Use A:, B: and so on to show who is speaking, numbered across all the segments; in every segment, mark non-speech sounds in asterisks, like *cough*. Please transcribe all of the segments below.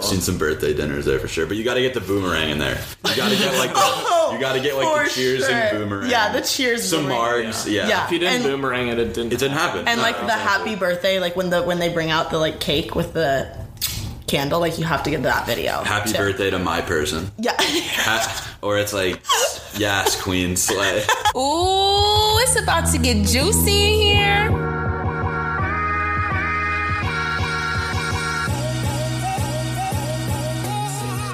A: Seen some birthday dinners there for sure, but you got to get the boomerang in there. You got to get like the,
B: Oh,
A: you got to get like
B: for
A: the cheers and
B: sure.
A: boomerang.
B: Yeah, the cheers
A: Some
B: boomerang,
A: margs. Yeah.
B: Yeah.
C: If you didn't
B: And-
C: boomerang it, it didn't.
A: it didn't happen.
B: and
A: No,
B: like the
A: exactly.
B: happy birthday, like when the when they bring out the like cake with the candle, like you have to get that video.
A: happy
B: too.
A: birthday to my person,
B: Yeah. *laughs*
A: Ha- or it's like yes, queen slay.
D: Ooh, it's about to get juicy in here.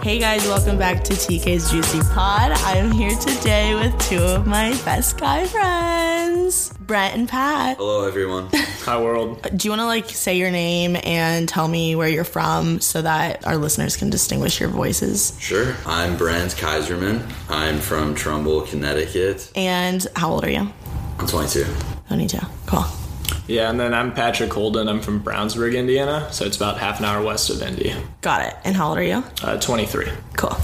B: Hey guys, welcome back to TK's Juicy Pod. I'm here today with two of my best guy friends, Brent and Pat.
A: Hello, everyone.
C: Hi, world.
B: Do you want to like say your name and tell me where you're from so that our listeners can distinguish your voices?
A: Sure, I'm Brand Kaiserman. I'm from Trumbull, Connecticut.
B: And how old are you?
A: I'm 22.
B: Don't need to. Cool.
C: Yeah, and then I'm Patrick Holden. I'm from Brownsburg, Indiana, so it's about half an hour west of Indy.
B: Got it. And how old are you?
C: Uh, 23.
B: Cool.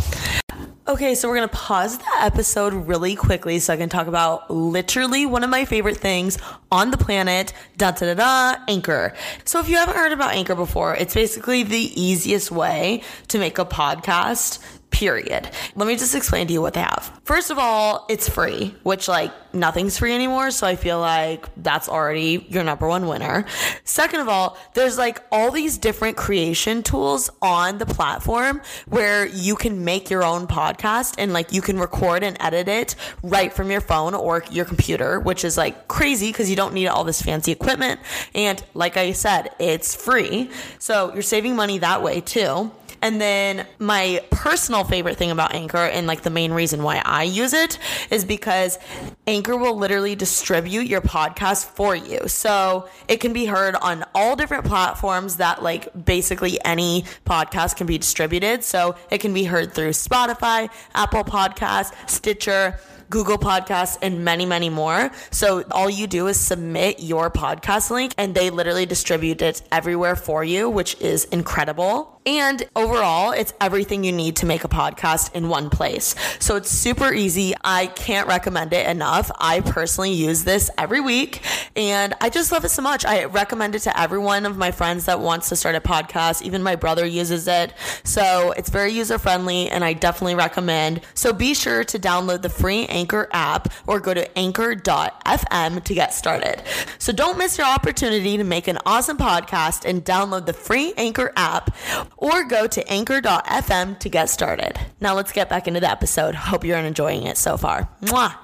E: Okay, so we're going to pause the episode really quickly so I can talk about literally one of my favorite things on the planet, da da da da, Anchor. So if you haven't heard about Anchor before, it's basically the easiest way to make a podcast, period. Let me just explain to you what they have. First of all, it's free, which like nothing's free anymore, so I feel like that's already your number one winner. Second of all, there's like all these different creation tools on the platform where you can make your own podcast and like you can record and edit it right from your phone or your computer, which is like crazy because you don't need all this fancy equipment. And like I said, it's free. So you're saving money that way too. And then my personal favorite thing about Anchor and like the main reason why I use it is because Anchor will literally distribute your podcast for you. So it can be heard on all different platforms that like basically any podcast can be distributed. So it can be heard through Spotify, Apple Podcasts, Stitcher, Google Podcasts, and many, many more. So all you do is submit your podcast link and they literally distribute it everywhere for you, which is incredible. And overall, it's everything you need to make a podcast in one place. So it's super easy. I can't recommend it enough. I personally use this every week and I just love it so much. I recommend it to every one of my friends that wants to start a podcast. Even my brother uses it. So it's very user friendly and I definitely recommend. So be sure to download the free Anchor app or go to anchor.fm to get started. So don't miss your opportunity to make an awesome podcast and download the free Anchor app or go to anchor.fm to get started. Now let's get back into the episode. Hope you're enjoying it so far. Mwah.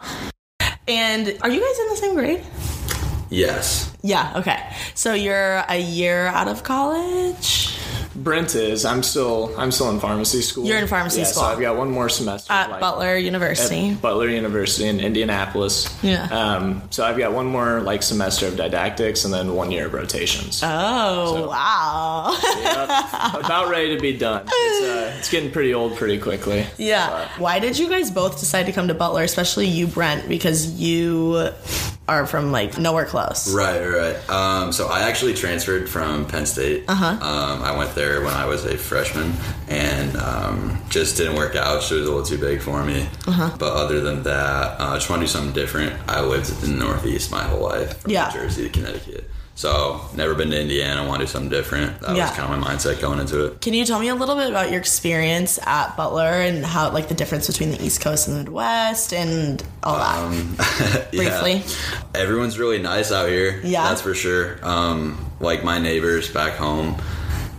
B: And are you guys in the same grade?
A: Yes.
B: Yeah, okay. So you're a year out of college?
C: Brent is. I'm still. I'm still in pharmacy school.
B: You're in pharmacy
C: yeah,
B: school.
C: So I've got one more semester.
B: At
C: like,
B: Butler
C: at
B: University.
C: Butler University in Indianapolis.
B: Yeah.
C: Um, so I've got one more like semester of didactics and then one year of rotations.
B: oh, wow.
C: About ready to be done. It's, uh, it's getting pretty old pretty quickly.
B: yeah. Why did you guys both decide to come to Butler, especially you, Brent, because you are from like nowhere close?
A: Right, right. Um, so I actually transferred from Penn State.
B: Uh-huh.
A: Um, I went there when I was a freshman, and um, just didn't work out. She was a little too big for me.
B: Uh-huh.
A: But other than that, uh, I just want to do something different. I lived in the Northeast my whole life, from
B: Yeah.
A: New Jersey to Connecticut. So never been to Indiana. Want to do something different. That
B: Yeah.
A: was kind of my mindset going into it.
B: Can you tell me a little bit about your experience at Butler and how, like, the difference between the East Coast and the Midwest and all that?
A: Um, *laughs* Yeah.
B: Briefly.
A: Everyone's really nice out here.
B: Yeah.
A: That's for sure. Um, like my neighbors back home,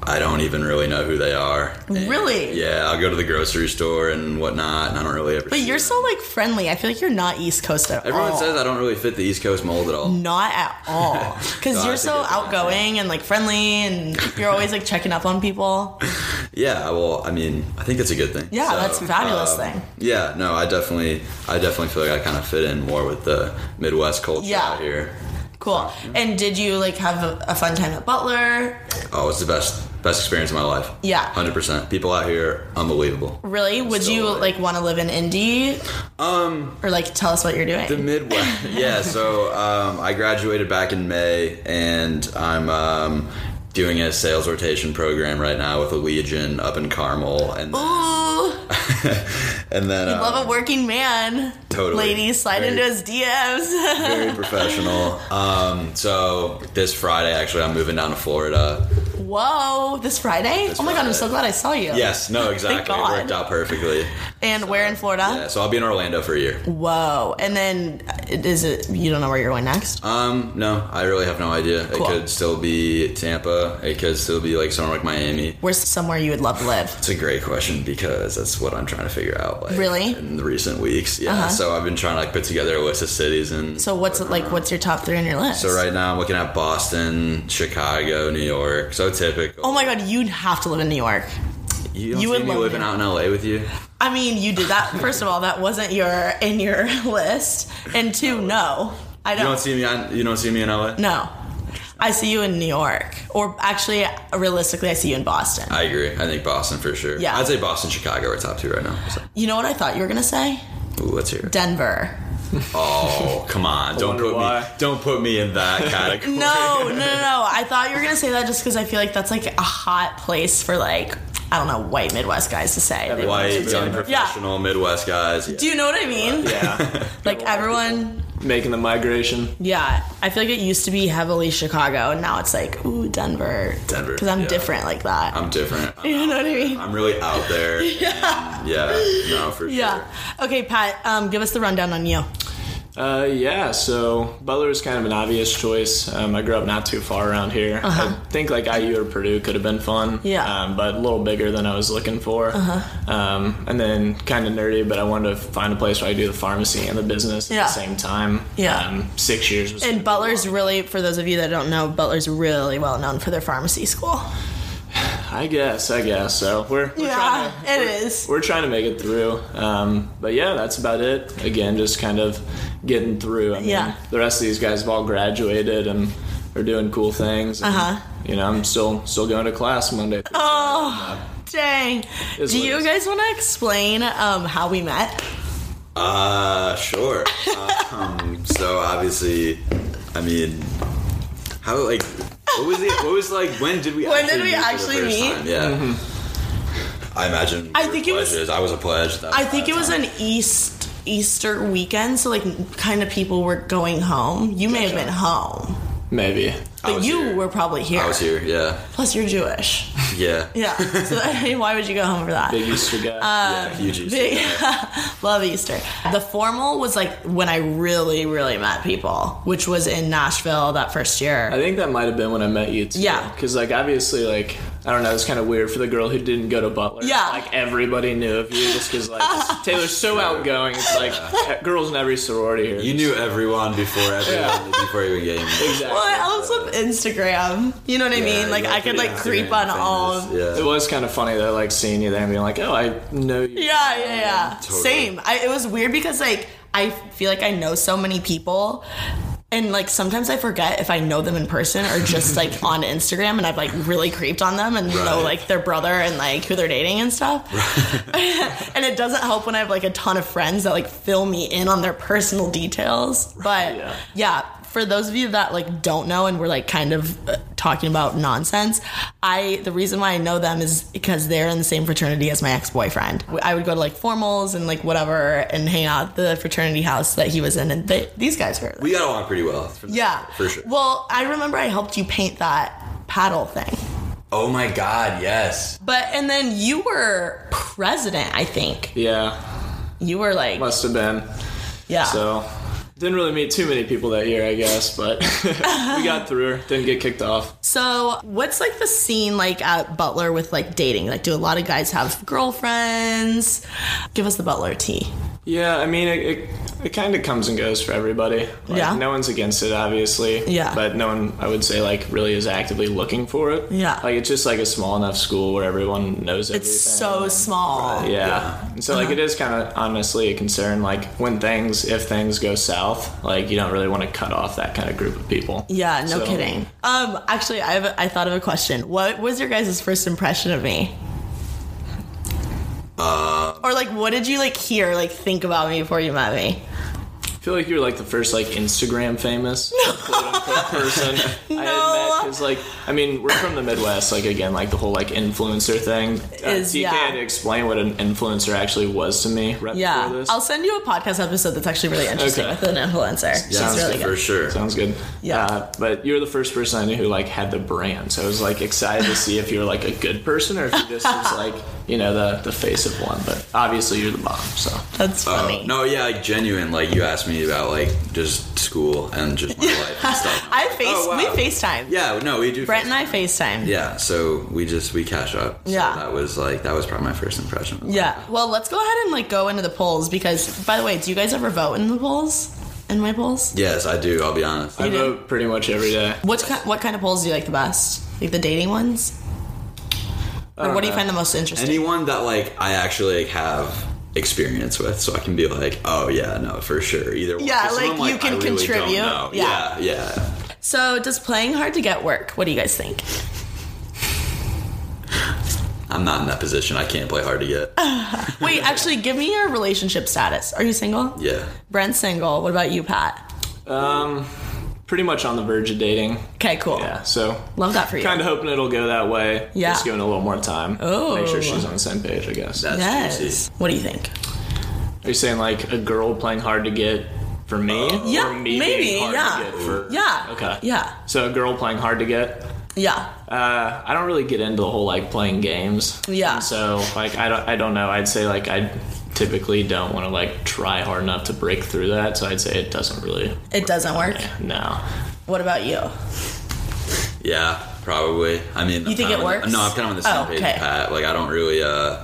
A: I don't even really know who they are. And,
B: Really?
A: Yeah, I'll go to the grocery store and whatnot, and I don't really ever.
B: But you're so, like, friendly. I feel like you're not East Coast at all.
A: Everyone says I don't really fit the East Coast mold at all.
B: Not at all. Because
A: *laughs* No, I
B: you're
A: think
B: so
A: it's-
B: outgoing and like friendly and you're always like checking up on people.
A: Yeah, well, I mean, I think it's a good thing.
B: Yeah,
A: So,
B: that's a fabulous
A: um,
B: thing.
A: Yeah, no, I definitely, I definitely feel like I kind of fit in more with the Midwest culture
B: Yeah.
A: out here.
B: Cool. And did you like have a, a fun time at Butler?
A: Oh, it's the best, best experience of my life.
B: Yeah.
A: hundred percent. People out here, unbelievable.
B: Really? Would
A: still
B: you
A: like-
B: like want to live in Indy? Um or like tell us what you're doing.
A: The Midwest. yeah, so um, I graduated back in May, and I'm um, doing a sales rotation program right now with a Legion up in Carmel, and
B: Ooh,
A: and then um,
B: love a working man.
A: Totally.
B: Ladies, slide
A: Very-
B: into his DMs.
A: very professional. Um, so this Friday, actually, I'm moving down to Florida.
E: *laughs* Whoa, this Friday?
A: This
E: oh my god, I'm
A: Friday.
E: so glad I saw you.
A: Yes, no, exactly. It
E: God.
A: worked out perfectly.
E: And where in Florida?
A: Yeah, so I'll be in Orlando for a year.
E: Whoa. And then uh, is it you don't know where you're going next?
A: Um, no, I really have no idea.
E: Cool.
A: It could still be Tampa. It could still be like somewhere like Miami.
E: Where's somewhere you would love to live?
A: It's a great question because that's what I'm trying to figure out. Like,
E: Really?
A: In the recent weeks, yeah.
E: Uh-huh.
A: So I've been trying to like put together a list of cities and.
E: So what's like what's your top three on your list?
A: So right now I'm looking at Boston, Chicago, New York. So typical.
E: Oh my god, you'd have to live in New York.
A: You don't see
E: you would
A: me
E: love
A: living
E: it.
A: out in LA with you?
E: I mean, you did that. First of all, that wasn't your in your *laughs* list. And two, no. I
A: You
E: don't,
A: don't see me on. You don't see me in LA.
E: No. I see you in New York. Or actually realistically I see you in Boston.
A: I agree. I think Boston for sure.
E: Yeah.
A: I'd say Boston, Chicago are top two right now. So,
E: you know what I thought you were gonna say?
A: ooh, let's hear. it. *laughs*
E: Denver. *laughs*
A: Oh, come on! Don't
C: wonder
A: put me.
C: why.
A: Don't put me in
C: *laughs*
A: that category.
E: No, no, no, no. I thought you were gonna say that just because I feel like that's like a hot place for like I don't know white Midwest guys to say. They-
A: White,
C: Yeah.
A: young, professional, Midwest guys.
E: Do you know what I mean?
C: *laughs* Yeah.
E: Like everyone,
C: Making the migration.
E: yeah. I feel like it used to be heavily Chicago, and now it's like ooh Denver,
A: Denver,
E: because I'm
A: yeah. Um,
E: different like that.
A: I'm different.
E: *laughs* you know what I mean?
A: I'm really out
E: *laughs*
A: there. Yeah. yeah. No, for
E: yeah.
A: sure.
E: Okay, Pat. Um, give us the rundown on you.
C: Uh, yeah, so Butler is kind of an obvious choice. Um, I grew up not too far around here. I think like IU or Purdue could have been fun,
E: Uh-huh. Yeah. Uh-huh.
C: um, but a little bigger than I was looking for. Um, and then kind of nerdy, but I wanted to find a place where I do the pharmacy and the business at
E: Yeah.
C: the same time.
E: Yeah.
C: um, six years. Was
E: And Butler's really, for those of you that don't know, Butler's really well known for their pharmacy school.
C: I guess, I guess. So we're, we're trying
E: Yeah,
C: to
E: it is.
C: we're trying to make it through. Um, but yeah, that's about it. Again, just kind of getting through. I mean,
E: Yeah.
C: the rest of these guys have all graduated and are doing cool things. and,
E: Uh-huh.
C: You know, I'm still still going to class Monday. through
E: Oh, dang.
C: Is
E: Do
C: what it
E: you
C: is.
E: guys want to explain um, how we met?
A: Uh, sure. um, so obviously, I mean, how like what was it? What was like? When did we?
E: *laughs* When
A: actually
E: did we
A: meet for the
E: actually
A: first
E: meet?
A: time? Yeah.
C: Mm-hmm.
A: I imagine. we
E: I
A: were
E: think it was-
A: pledges. I was a pledge. That
E: I think it was
A: that
E: an East Easter weekend, so like kind of people were going home. You may have been home,
C: Maybe.
A: I
E: but
A: was
E: you
A: here.
E: were probably here.
A: time. I was here. Yeah. *laughs*
E: Plus, you're *laughs* Jewish.
A: Yeah.
E: Yeah. So *laughs* I mean, why would you go home for that?
C: Big Easter guy.
E: Uh,
A: Yeah, huge. Easter
E: Big-
A: egg.
E: *laughs* Love Easter. The formal was like when I really, really met people, which was in Nashville that first year.
C: I think that might have been when I met you too.
E: Yeah.
C: Because like obviously like I don't know, it's kind of weird for the girl who didn't go to Butler.
E: Yeah.
C: Like everybody knew of you just
E: *laughs*
C: because like Taylor's so outgoing. It's like girls in every sorority here.
A: You knew everyone before everyone *laughs*
C: Yeah.
A: before you were getting.
C: exactly.
E: well, I also have Instagram. You know what I mean? Like I could like creep on all of
A: Yeah.
C: It was kind of funny though, like seeing you there and being like, "Oh, I know you."
E: Yeah, yeah, yeah.
A: totally.
E: Same. I, it was weird because like I feel like I know so many people. And like sometimes I forget if I know them in person or
A: *laughs*
E: just like on Instagram, and I've like really creeped on them and know
A: Right.
E: like their brother and like who they're dating and stuff. *laughs* and it doesn't help when I have like a ton of friends that like fill me in on their personal details. But
C: Yeah.
E: yeah, for those of you that like don't know and we're like kind of uh, talking about nonsense, I the reason why I know them is because they're in the same fraternity as my ex-boyfriend. I would go to like formals and like whatever and hang out at the fraternity house that he was in and they, these guys were.
A: we got along pretty well. for-
E: yeah.
A: for sure.
E: Well, I remember I helped you paint that paddle thing.
A: oh my God, yes.
E: But and then you were president, I think.
C: Yeah,
E: You were like
C: must have been.
E: yeah.
C: So, didn't really meet too many people that year, I guess, but *laughs* we got through. Didn't get kicked off.
E: So, what's like the scene like at Butler with like dating? Like, do a lot of guys have girlfriends? Give us the Butler tea.
C: Yeah, I mean, it it, it kind of comes and goes for everybody. Like,
E: Yeah.
C: no one's against it, obviously.
E: Yeah.
C: but no one, I would say, like really is actively looking for it.
E: Yeah.
C: like it's just like a small enough school where everyone knows everything.
E: It's so Uh-huh. small.
C: Yeah. And so, like, it is kind of honestly a concern. Like, when things, if things go south, like, you don't really want to cut off that kind of group of people.
E: Yeah, no
C: So-
E: kidding. Um, actually, I have, I thought of a question. What was your guys' first impression of me?
A: Uh,
E: or like, what did you like hear, like think about me before you met me?
C: I feel feel like you're like the first like Instagram famous quote
E: *laughs*
C: unquote, person I had met because like I mean we're from the Midwest like again like the whole like influencer thing. Uh,
E: Is-
C: TK
E: yeah.
C: had to explain what an influencer actually was to me right
E: Yeah,
C: before this.
E: I'll send you a podcast episode that's actually really interesting
C: Okay.
E: with an influencer.
A: Yeah,
E: She's really
A: for
E: good.
A: sure.
C: Sounds good.
E: Yeah.
C: Uh, but you were the first person I knew who like had the brand, so I was like excited to see if you were like a good person or if you just was like you know the the face of one. But obviously you're the mom, so
E: That's
A: Oh,
E: funny.
A: no, yeah, like genuine. Like you asked me about like just school and just
E: *laughs*
A: my life and stuff.
E: I face
A: Oh, wow.
E: we FaceTime.
A: Yeah, no, we do.
E: Brent and I
A: FaceTime.
E: FaceTime.
A: Yeah, so we just we cash up. So
E: Yeah.
A: that was like that was probably my first impression.
E: Yeah. Well, let's go ahead and like go into the polls because, by the way, do you guys ever vote in the polls? In my polls?
A: Yes, I do. I'll be honest.
C: I
E: did.
C: vote pretty much every day.
E: What kind, what kind of polls do you like the best? Like the dating ones? Or what do you find the most interesting?
A: Anyone that like I actually like, have experience with, so I can be like, oh yeah, no, for sure. Either one.
E: Yeah,
A: 'Cause
E: like,
A: someone,
E: you can
A: I really don't
E: contribute.
A: know.
E: Yeah.
A: yeah, yeah.
E: so, does playing hard to get work? What do you guys think?
A: I'm not in that position. I can't play hard to
E: *laughs*
A: get.
C: *laughs*
E: Wait, actually, give me your relationship status. Are you single?
A: Yeah.
E: Brent's single. What about you, Pat?
C: Um, pretty much on the verge of dating.
E: Okay, cool.
C: Yeah, so
E: Love that for you.
C: kind of hoping it'll go that way.
E: Yeah.
C: just giving it a little more time.
E: Oh.
C: make sure she's on the same page. I guess.
A: That's juicy.
E: Yes. What do you think?
C: Are you saying like a girl playing hard to get for me?
E: Yeah,
C: or me
E: maybe,
C: Being hard
E: yeah.
C: To get for,
E: Yeah.
C: Okay.
E: Yeah.
C: So a girl playing hard to get.
E: Yeah.
C: Uh, I don't really get into the whole like playing games.
E: Yeah.
C: And so like I don't I don't know. I'd say like I typically don't want to like try hard enough to break through that. So I'd say it doesn't really.
E: It doesn't work.
C: No.
E: What about you?
A: Yeah, probably. I mean,
E: You
A: I'm
E: think
A: kinda
E: it
A: on the-
E: works?
A: no, I'm kind of on the same
E: Oh,
A: page,
E: okay.
A: as Pat. Like, I don't really. uh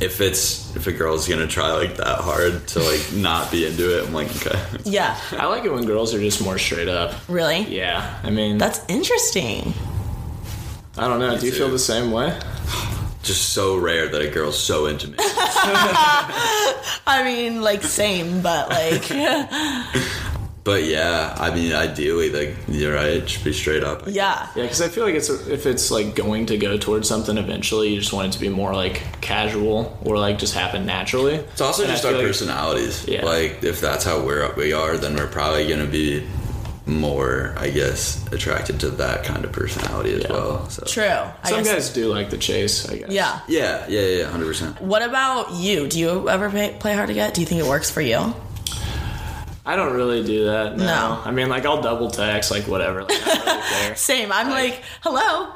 A: If it's if a girl's gonna try like that hard to like *laughs* not be into it, I'm like, okay.
E: Yeah.
C: I like it when girls are just more straight up.
E: Really?
C: Yeah. I mean,
E: That's interesting.
C: I don't know. Do you
A: too.
C: feel the same way?
A: Just so rare that a girl's so into
E: *laughs*
A: me.
E: I mean, like, same, but
C: *laughs*
E: like,
A: but yeah, I mean, ideally, like you're right, it should be straight up.
E: yeah.
C: Yeah, because I feel like it's if it's like going to go towards something eventually, you just want it to be more like casual or like just happen naturally.
A: It's also
C: And I
A: just
C: feel
A: our
C: like-
A: personalities.
C: Yeah.
A: Like if that's how we're we are, then we're probably gonna be more, I guess, attracted to that kind of personality as
C: Yeah.
A: well. So.
E: True. I
C: Some
E: guess.
C: guys do like the chase. I guess.
E: Yeah.
A: Yeah, yeah, yeah, hundred percent.
E: What about you? Do you ever play, play hard to get? Do you think it works for you?
C: I don't really do that. No.
E: No.
C: I mean, like I'll double text, like whatever. Like, I don't really
E: *laughs*
C: care.
E: Same. I'm like, hello.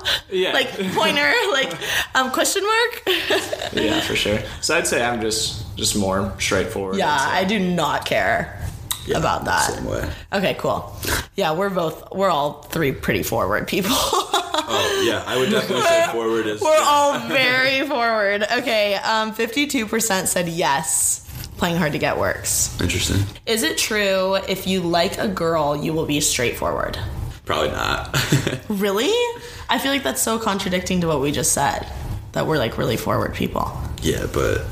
E: *laughs*
C: Yeah.
E: Like pointer. like um, question
C: *laughs*
E: mark.
C: yeah, for sure. So I'd say I'm just just more straightforward.
E: yeah,
C: It's like-
E: I do not care about that.
A: Same way.
E: Okay, cool. Yeah, we're both we're all three pretty forward people. *laughs*
A: Oh yeah, I would definitely say forward is.
E: we're all
C: *laughs*
E: very forward. Okay, um, 52% said yes. Playing hard to get works.
A: Interesting.
E: Is it true if you like a girl, you will be straightforward?
A: Probably not. *laughs*
E: Really? I feel like that's so contradicting to what we just said. That we're like really forward people.
A: yeah, but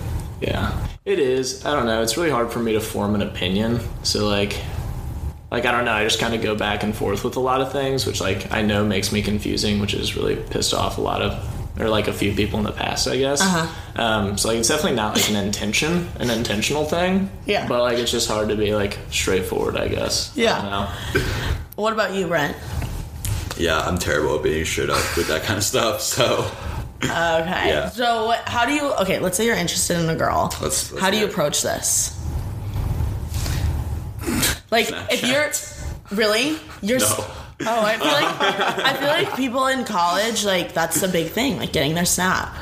C: Yeah, it is. I don't know. It's really hard for me to form an opinion. So like, like I don't know. I just kind of go back and forth with a lot of things, which like I know makes me confusing, which has really pissed off a lot of or like a few people in the past, I guess. Uh-huh. Um, so like it's definitely not like an intention, an intentional thing.
E: Yeah.
C: But like it's just hard to be like straightforward, I guess. I
E: Yeah.
C: don't know.
E: What about you, Brent?
A: yeah, I'm terrible at being straight up with that kind of stuff. So
E: Okay.
A: Yeah.
E: So, what, how do you? Okay, let's say you're interested in a girl.
A: Let's- let's
E: how do you
A: do it.
E: approach this? Like, if you're really, you're. s-
A: No.
E: Oh, I feel like I
A: *laughs*
E: feel like people in college like that's a big thing, like getting their snap.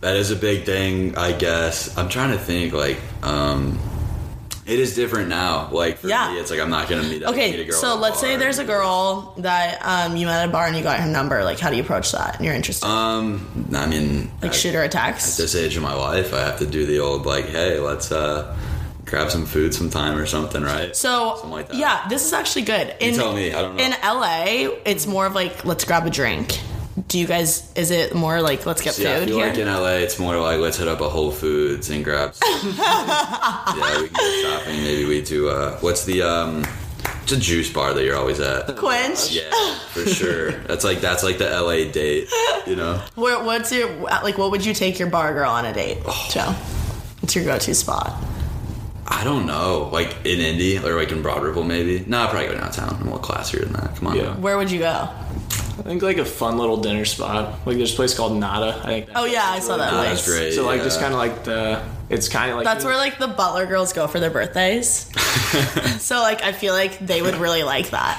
A: that is a big thing, I guess. I'm trying to think. Like, um, it is different now. Like for
E: Yeah.
A: me, it's like I'm not gonna meet. up- meet a
E: Okay,
A: girl
E: so
A: at a
E: let's say
A: bar.
E: there's a girl that um, you met at a bar and you got her number. Like, how do you approach that? And you're interested,
A: Um, I mean,
E: like
A: at
E: shoot her a text.
A: this age of my life, I have to do the old like, hey, let's uh grab some food sometime or something, right?
E: So
A: Something like that.
E: yeah, this is actually good. In,
A: tell me, I don't know.
E: In LA, it's more of like let's grab a drink. Do you guys? Is it more like let's get
A: Yeah, I
E: food
A: feel
E: here?
A: like in LA, it's more like let's hit up a Whole Foods and grab. Some, yeah, we can go shopping. Maybe we do. Uh, what's the um? It's a juice bar that you're always at.
E: Quench.
A: Yeah, for sure. That's like that's like the LA date. You know,
E: Where, what's your
A: Oh.
E: like? What would you take your bar girl on a date, Joe? What's your go-to spot?
A: I don't know, like in Indy or like in Broad Ripple, maybe. No, I'd probably go downtown. I'm a little classier than that. Come on.
C: Yeah.
E: Where would you go?
C: I think like a fun little dinner spot. Like there's a place called Nada. I think. that
E: Oh
C: place
E: yeah, I
C: is
E: saw
C: really
E: that
A: Oh,
E: place.
A: that's great.
C: So like
A: yeah.
C: just kind of like the it's kind of like
E: That's where like the Butler girls go for their
A: *laughs*
E: birthdays. so like I feel like they would really like that.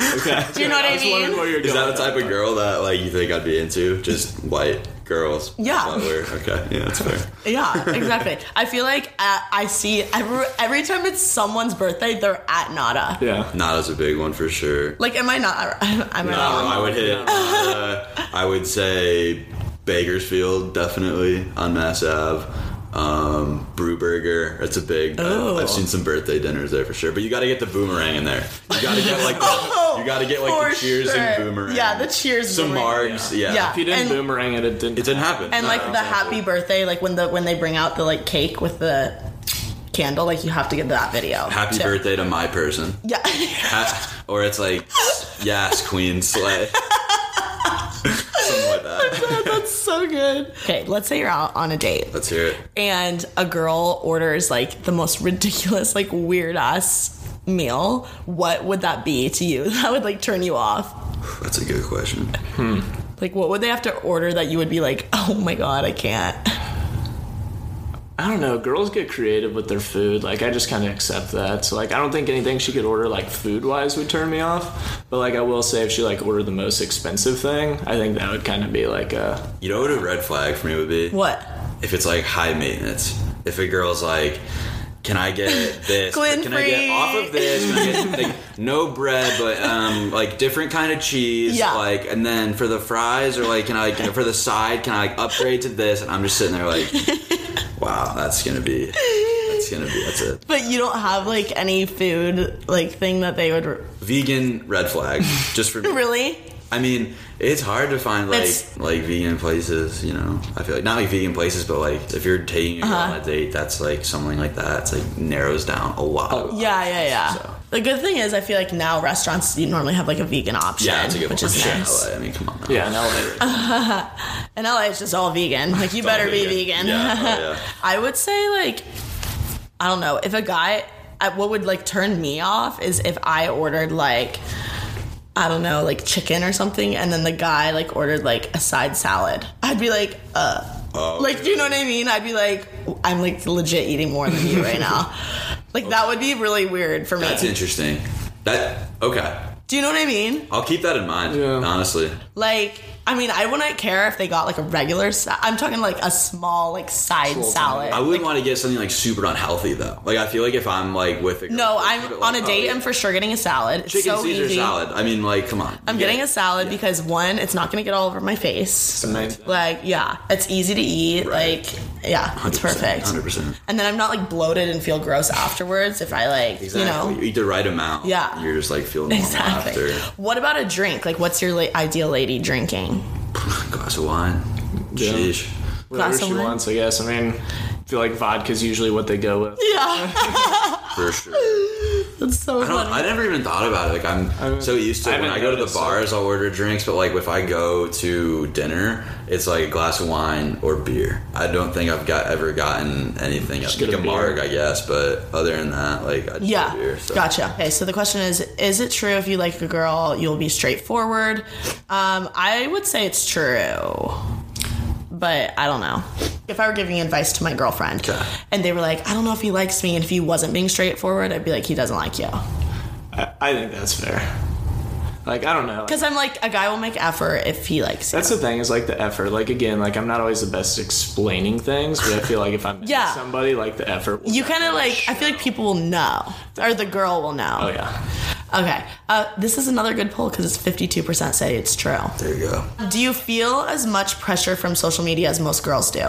C: Do
E: you know what I mean?
A: Is that the type of girl that like you think I'd be into? Just white girls?
E: Yeah.
A: Butler. Okay. Yeah, that's fair.
E: yeah, exactly. I feel like I, I see every every time it's someone's birthday, they're at Nada.
C: Yeah.
A: Not as a big one for sure.
E: Like, am I not? Am I
A: Um,
E: wrong?
A: I would hit. Uh, I would say Bakersfield definitely on Mass Ave. Um, Brewburger, that's a big. uh,
E: Oh.
A: I've seen some birthday dinners there for sure, but you got to get the boomerang in there. You got to get like the,
E: *laughs* Oh,
A: you got to get like the
E: for
A: Cheers and
E: sure.
A: boomerang.
E: Yeah, the Cheers
A: some
E: boomerang.
A: margs.
C: Yeah.
A: Yeah.
E: Yeah.
C: If you didn't
E: And-
C: boomerang it, it didn't.
A: it didn't happen.
E: and like
A: No.
E: the happy birthday, like when the when they bring out the like cake with the candle, like you have to get that video.
A: happy
E: too.
A: birthday to my person,
E: Yeah. *laughs*
A: Ha- or it's like yes, Queen Slay. Something like that.
E: That's so good. Okay, let's say you're out on a date.
A: Let's hear it.
E: and a girl orders like the most ridiculous, like weird ass meal, what would that be to you? *laughs* That would like turn you off.
A: That's a good question.
E: Like, what would they have to order that you would be like, *laughs* oh my god, I can't? *laughs*
C: I don't know. Girls get creative with their food. Like I just kind of accept that. So like I don't think anything she could order like food wise would turn me off. But like I will say if she like ordered the most expensive thing, I think that would kind of be like uh, a
A: You know what a red flag for me would be?
E: What?
A: if it's like high maintenance. If a girl's like, can I get this?
E: Gluten
A: can I get
E: free.
A: off of this? Can I get, like, no bread, but um, like different kind of cheese.
E: Yeah.
A: Like, and then for the fries, or like, can I can, for the side? Can I like, upgrade to this? And I'm just sitting there like, wow, that's gonna be, that's gonna be, that's it.
E: But you don't have like any food like thing that they would r-
A: Vegan red flag, just
E: *laughs*
A: for me.
E: really.
A: I mean, it's hard to find like
E: It's-
A: like vegan places. You know, I feel like not like vegan places, but like if you're taking a girl
E: Uh-huh.
A: on a date, that's like something like that. It's like narrows down a lot.
E: Oh, Yeah, yeah, yeah.
A: So-
E: The good thing is, I feel like now restaurants you normally have like a vegan option,
A: yeah, that's a good
E: which
A: one. *laughs*
E: is
A: Yeah,
E: nice. Uh-huh.
A: LA, I mean, come on. Now.
C: yeah. in LA.
E: And LA is just all vegan. Like you
A: all
E: better be
A: vegan.
E: vegan.
A: Yeah, oh, yeah.
E: *laughs* I would say like I don't know if a guy I- what would like turn me off is if I ordered like I don't know like chicken or something and then the guy like ordered like a side salad. I'd be like uh
A: *laughs* Oh,
E: like do you know what I mean? I'd be like I'm like legit eating more than you
A: *laughs*
E: right now. Like that would be really weird for me.
A: That's interesting. That okay.
E: do you know what I mean?
A: I'll keep that in mind.
C: Yeah.
A: Honestly,
E: Like, I mean, I wouldn't care if they got like a regular. Sa- I'm talking like a small like side salad.
A: I wouldn't want to get something like super unhealthy though. Like I feel like if I'm like with a girl,
E: no,
A: I'll keep
E: I'm
A: it,
E: on
A: like,
E: a
A: oh,
E: date.
A: yeah.
E: I'm for sure getting a salad. It's
A: chicken
E: so
A: Caesar
E: easy.
A: salad. I mean, like, come on.
E: I'm
A: You get
E: getting
A: it.
E: a salad because one, it's not going to get all over my face. Like, yeah, it's easy to eat.
A: Right.
E: Like, yeah, it's perfect.
A: Hundred percent.
E: And then I'm not like bloated and feel gross afterwards if I like,
A: Exactly.
E: *laughs* you
A: You,
E: know.
A: eat the right amount.
E: Yeah.
A: You're just like feeling normal
E: Exactly.
A: after. *laughs*
E: What about a drink? Like, what's your la- ideal lady drinking? *laughs*
A: Glass of wine.
C: Yeah.
A: Sheesh.
C: Whatever
E: Glass of
C: she
E: wine.
C: wants, I guess. I mean, I feel like vodka's usually what they go with.
A: *laughs*
E: Yeah,
A: For sure.
E: that's so
A: I don't.
E: funny.
A: I never even thought about it. Like I'm
C: haven't-
A: so used to
C: I
A: it. when I
C: haven't
A: go to the
C: noticed
A: bars, I'll order drinks. But like if I go to dinner, it's like a glass of wine or beer. I don't think I've got ever gotten anything. else.
C: get
A: like
C: a
A: a
C: beer.
A: marg, I guess. But other than that, like I just
E: Yeah.
A: get beer. So.
E: Gotcha. Okay, so the question is Is it true if you like a girl, you'll be straightforward? Um, I would say it's true. But I don't know. If I were giving advice to my girlfriend
A: Okay.
E: and they were like, I don't know if he likes me, and if he wasn't being straightforward, I'd be like, he doesn't like you.
C: I, I think that's fair. Like I don't know.
E: Because I'm like, a guy will make effort if he likes you.
C: That's the thing is like the effort. Like again, like I'm not always the best explaining things, but I feel like if I'm into
E: Yeah.
C: somebody, like the effort. will
E: You kind of
C: definitely
E: like, I
C: show.
E: feel like people will know, or the girl will know.
C: Oh yeah.
E: Okay. Uh, this is another good poll because it's 52% say it's true.
A: There you go.
E: Do you feel as much pressure from social media as most girls do?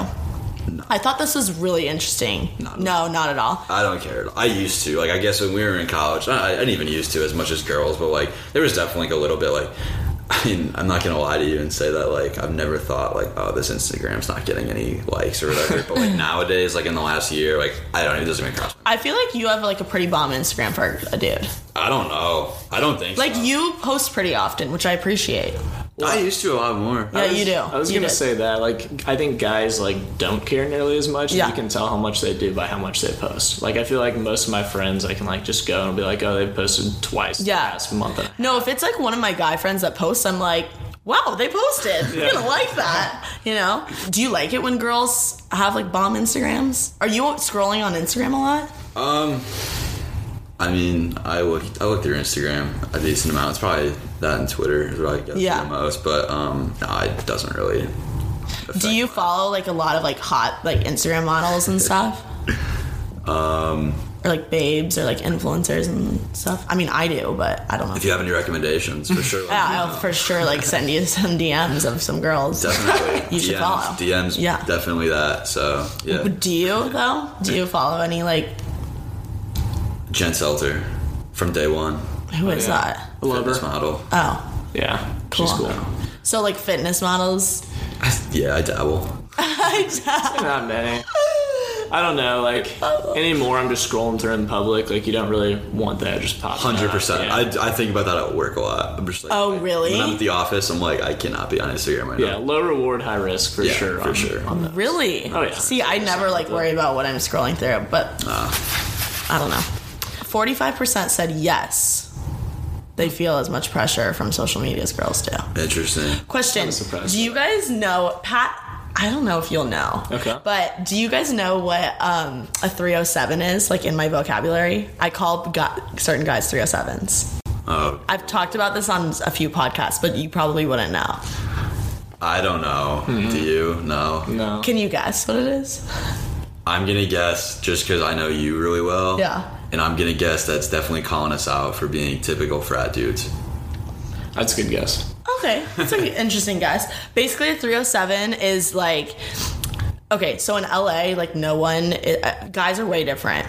E: I thought this was really interesting.
A: Not at
E: no, not at all.
A: I don't care. I used to. Like, I guess when we were in college, I, I didn't even used to as much as girls, but like, there was definitely like, a little bit like, *laughs* I mean, I'm not gonna lie to you and say that like I've never thought like, oh, this Instagram's not getting any likes or whatever. but
E: *laughs*
A: like nowadays, like in the last year, like I don't. It doesn't even cross. My
E: I feel like you have like a pretty bomb Instagram for a dude.
A: I don't know. I don't think
E: Like
C: Uh,
A: so.
E: you post pretty often, which I appreciate.
A: I used to a lot more.
E: Yeah,
C: I was-
E: you do.
C: I was
E: You
C: gonna
E: did.
C: say that. Like, I think guys like don't care nearly as much.
E: Yeah.
C: You can tell how much they do by how much they post. Like, I feel like most of my friends, I can like just go and be like, oh, they've posted twice.
E: Yeah.
C: the past month. and-
E: No, if it's like one of my guy friends that posts, I'm like, wow, they
C: *laughs*
E: posted. I'm gonna like that. You know? Do you like it when girls have like bomb Instagrams? Are you scrolling on Instagram a lot?
A: Um, I mean, I look I look through Instagram a decent amount. It's probably that and Twitter is what I get
E: Yeah.
A: the most. But um, nah, it doesn't really. affect
E: Do you
A: my-
E: follow like a lot of like hot like Instagram models and
C: *laughs*
E: stuff?
A: Um,
E: Or like babes or like influencers and stuff? I mean, I do, but I don't know.
A: if you have any recommendations for sure, let me
E: yeah, I'll
A: know.
E: for sure
C: *laughs*
E: like send you some DMs of some girls.
A: definitely.
E: *laughs* You should
A: DMs,
E: follow.
A: DMs.
E: Yeah.
A: definitely that. So yeah,
E: But do you though? Do you follow any like
A: Jen Selter from day one.
E: who is
C: Oh, yeah.
E: that?
C: I love
A: Fitness
C: her.
A: model.
E: Oh,
C: Yeah, she's
E: Cool.
C: cool.
E: so like fitness
C: *laughs*
E: models. *laughs*
A: yeah, I dabble.
C: Not many. I don't know. Like anymore, I'm just scrolling through in public. Like you don't really want that. Just pop.
A: Hundred percent. I, I think about that at work a lot. I'm just like,
E: Oh, really?
A: When I'm at the office, I'm like, I cannot be on Instagram right
C: Yeah,
A: now.
C: low reward, high risk for
A: Yeah,
C: sure.
A: for
C: on-
A: sure.
C: on that.
E: Really?
C: Oh, yeah.
E: See, I never like worry about what I'm scrolling through, but I don't know. 45% said yes. They feel as much pressure from social media as girls do.
A: Interesting.
E: Question
C: I'm surprised
E: Do you guys know, Pat? I don't know if you'll know.
C: Okay.
E: But do you guys know what um, a 307 is? Like in my vocabulary, I call gu- certain guys 307s.
A: Oh,
E: I've talked about this on a few podcasts, but you probably wouldn't know.
A: I don't know.
C: Mm-hmm.
A: Do you? No.
C: No.
E: Can you guess what it is?
A: I'm gonna guess just because I know you really well.
E: Yeah.
A: And I'm gonna guess that's definitely calling us out for being typical frat dudes.
C: That's a good guess.
E: Okay, that's
C: *laughs*
E: an interesting guess. Basically, a 307 is like, okay, so in LA, like, no one, it, uh, guys are way different.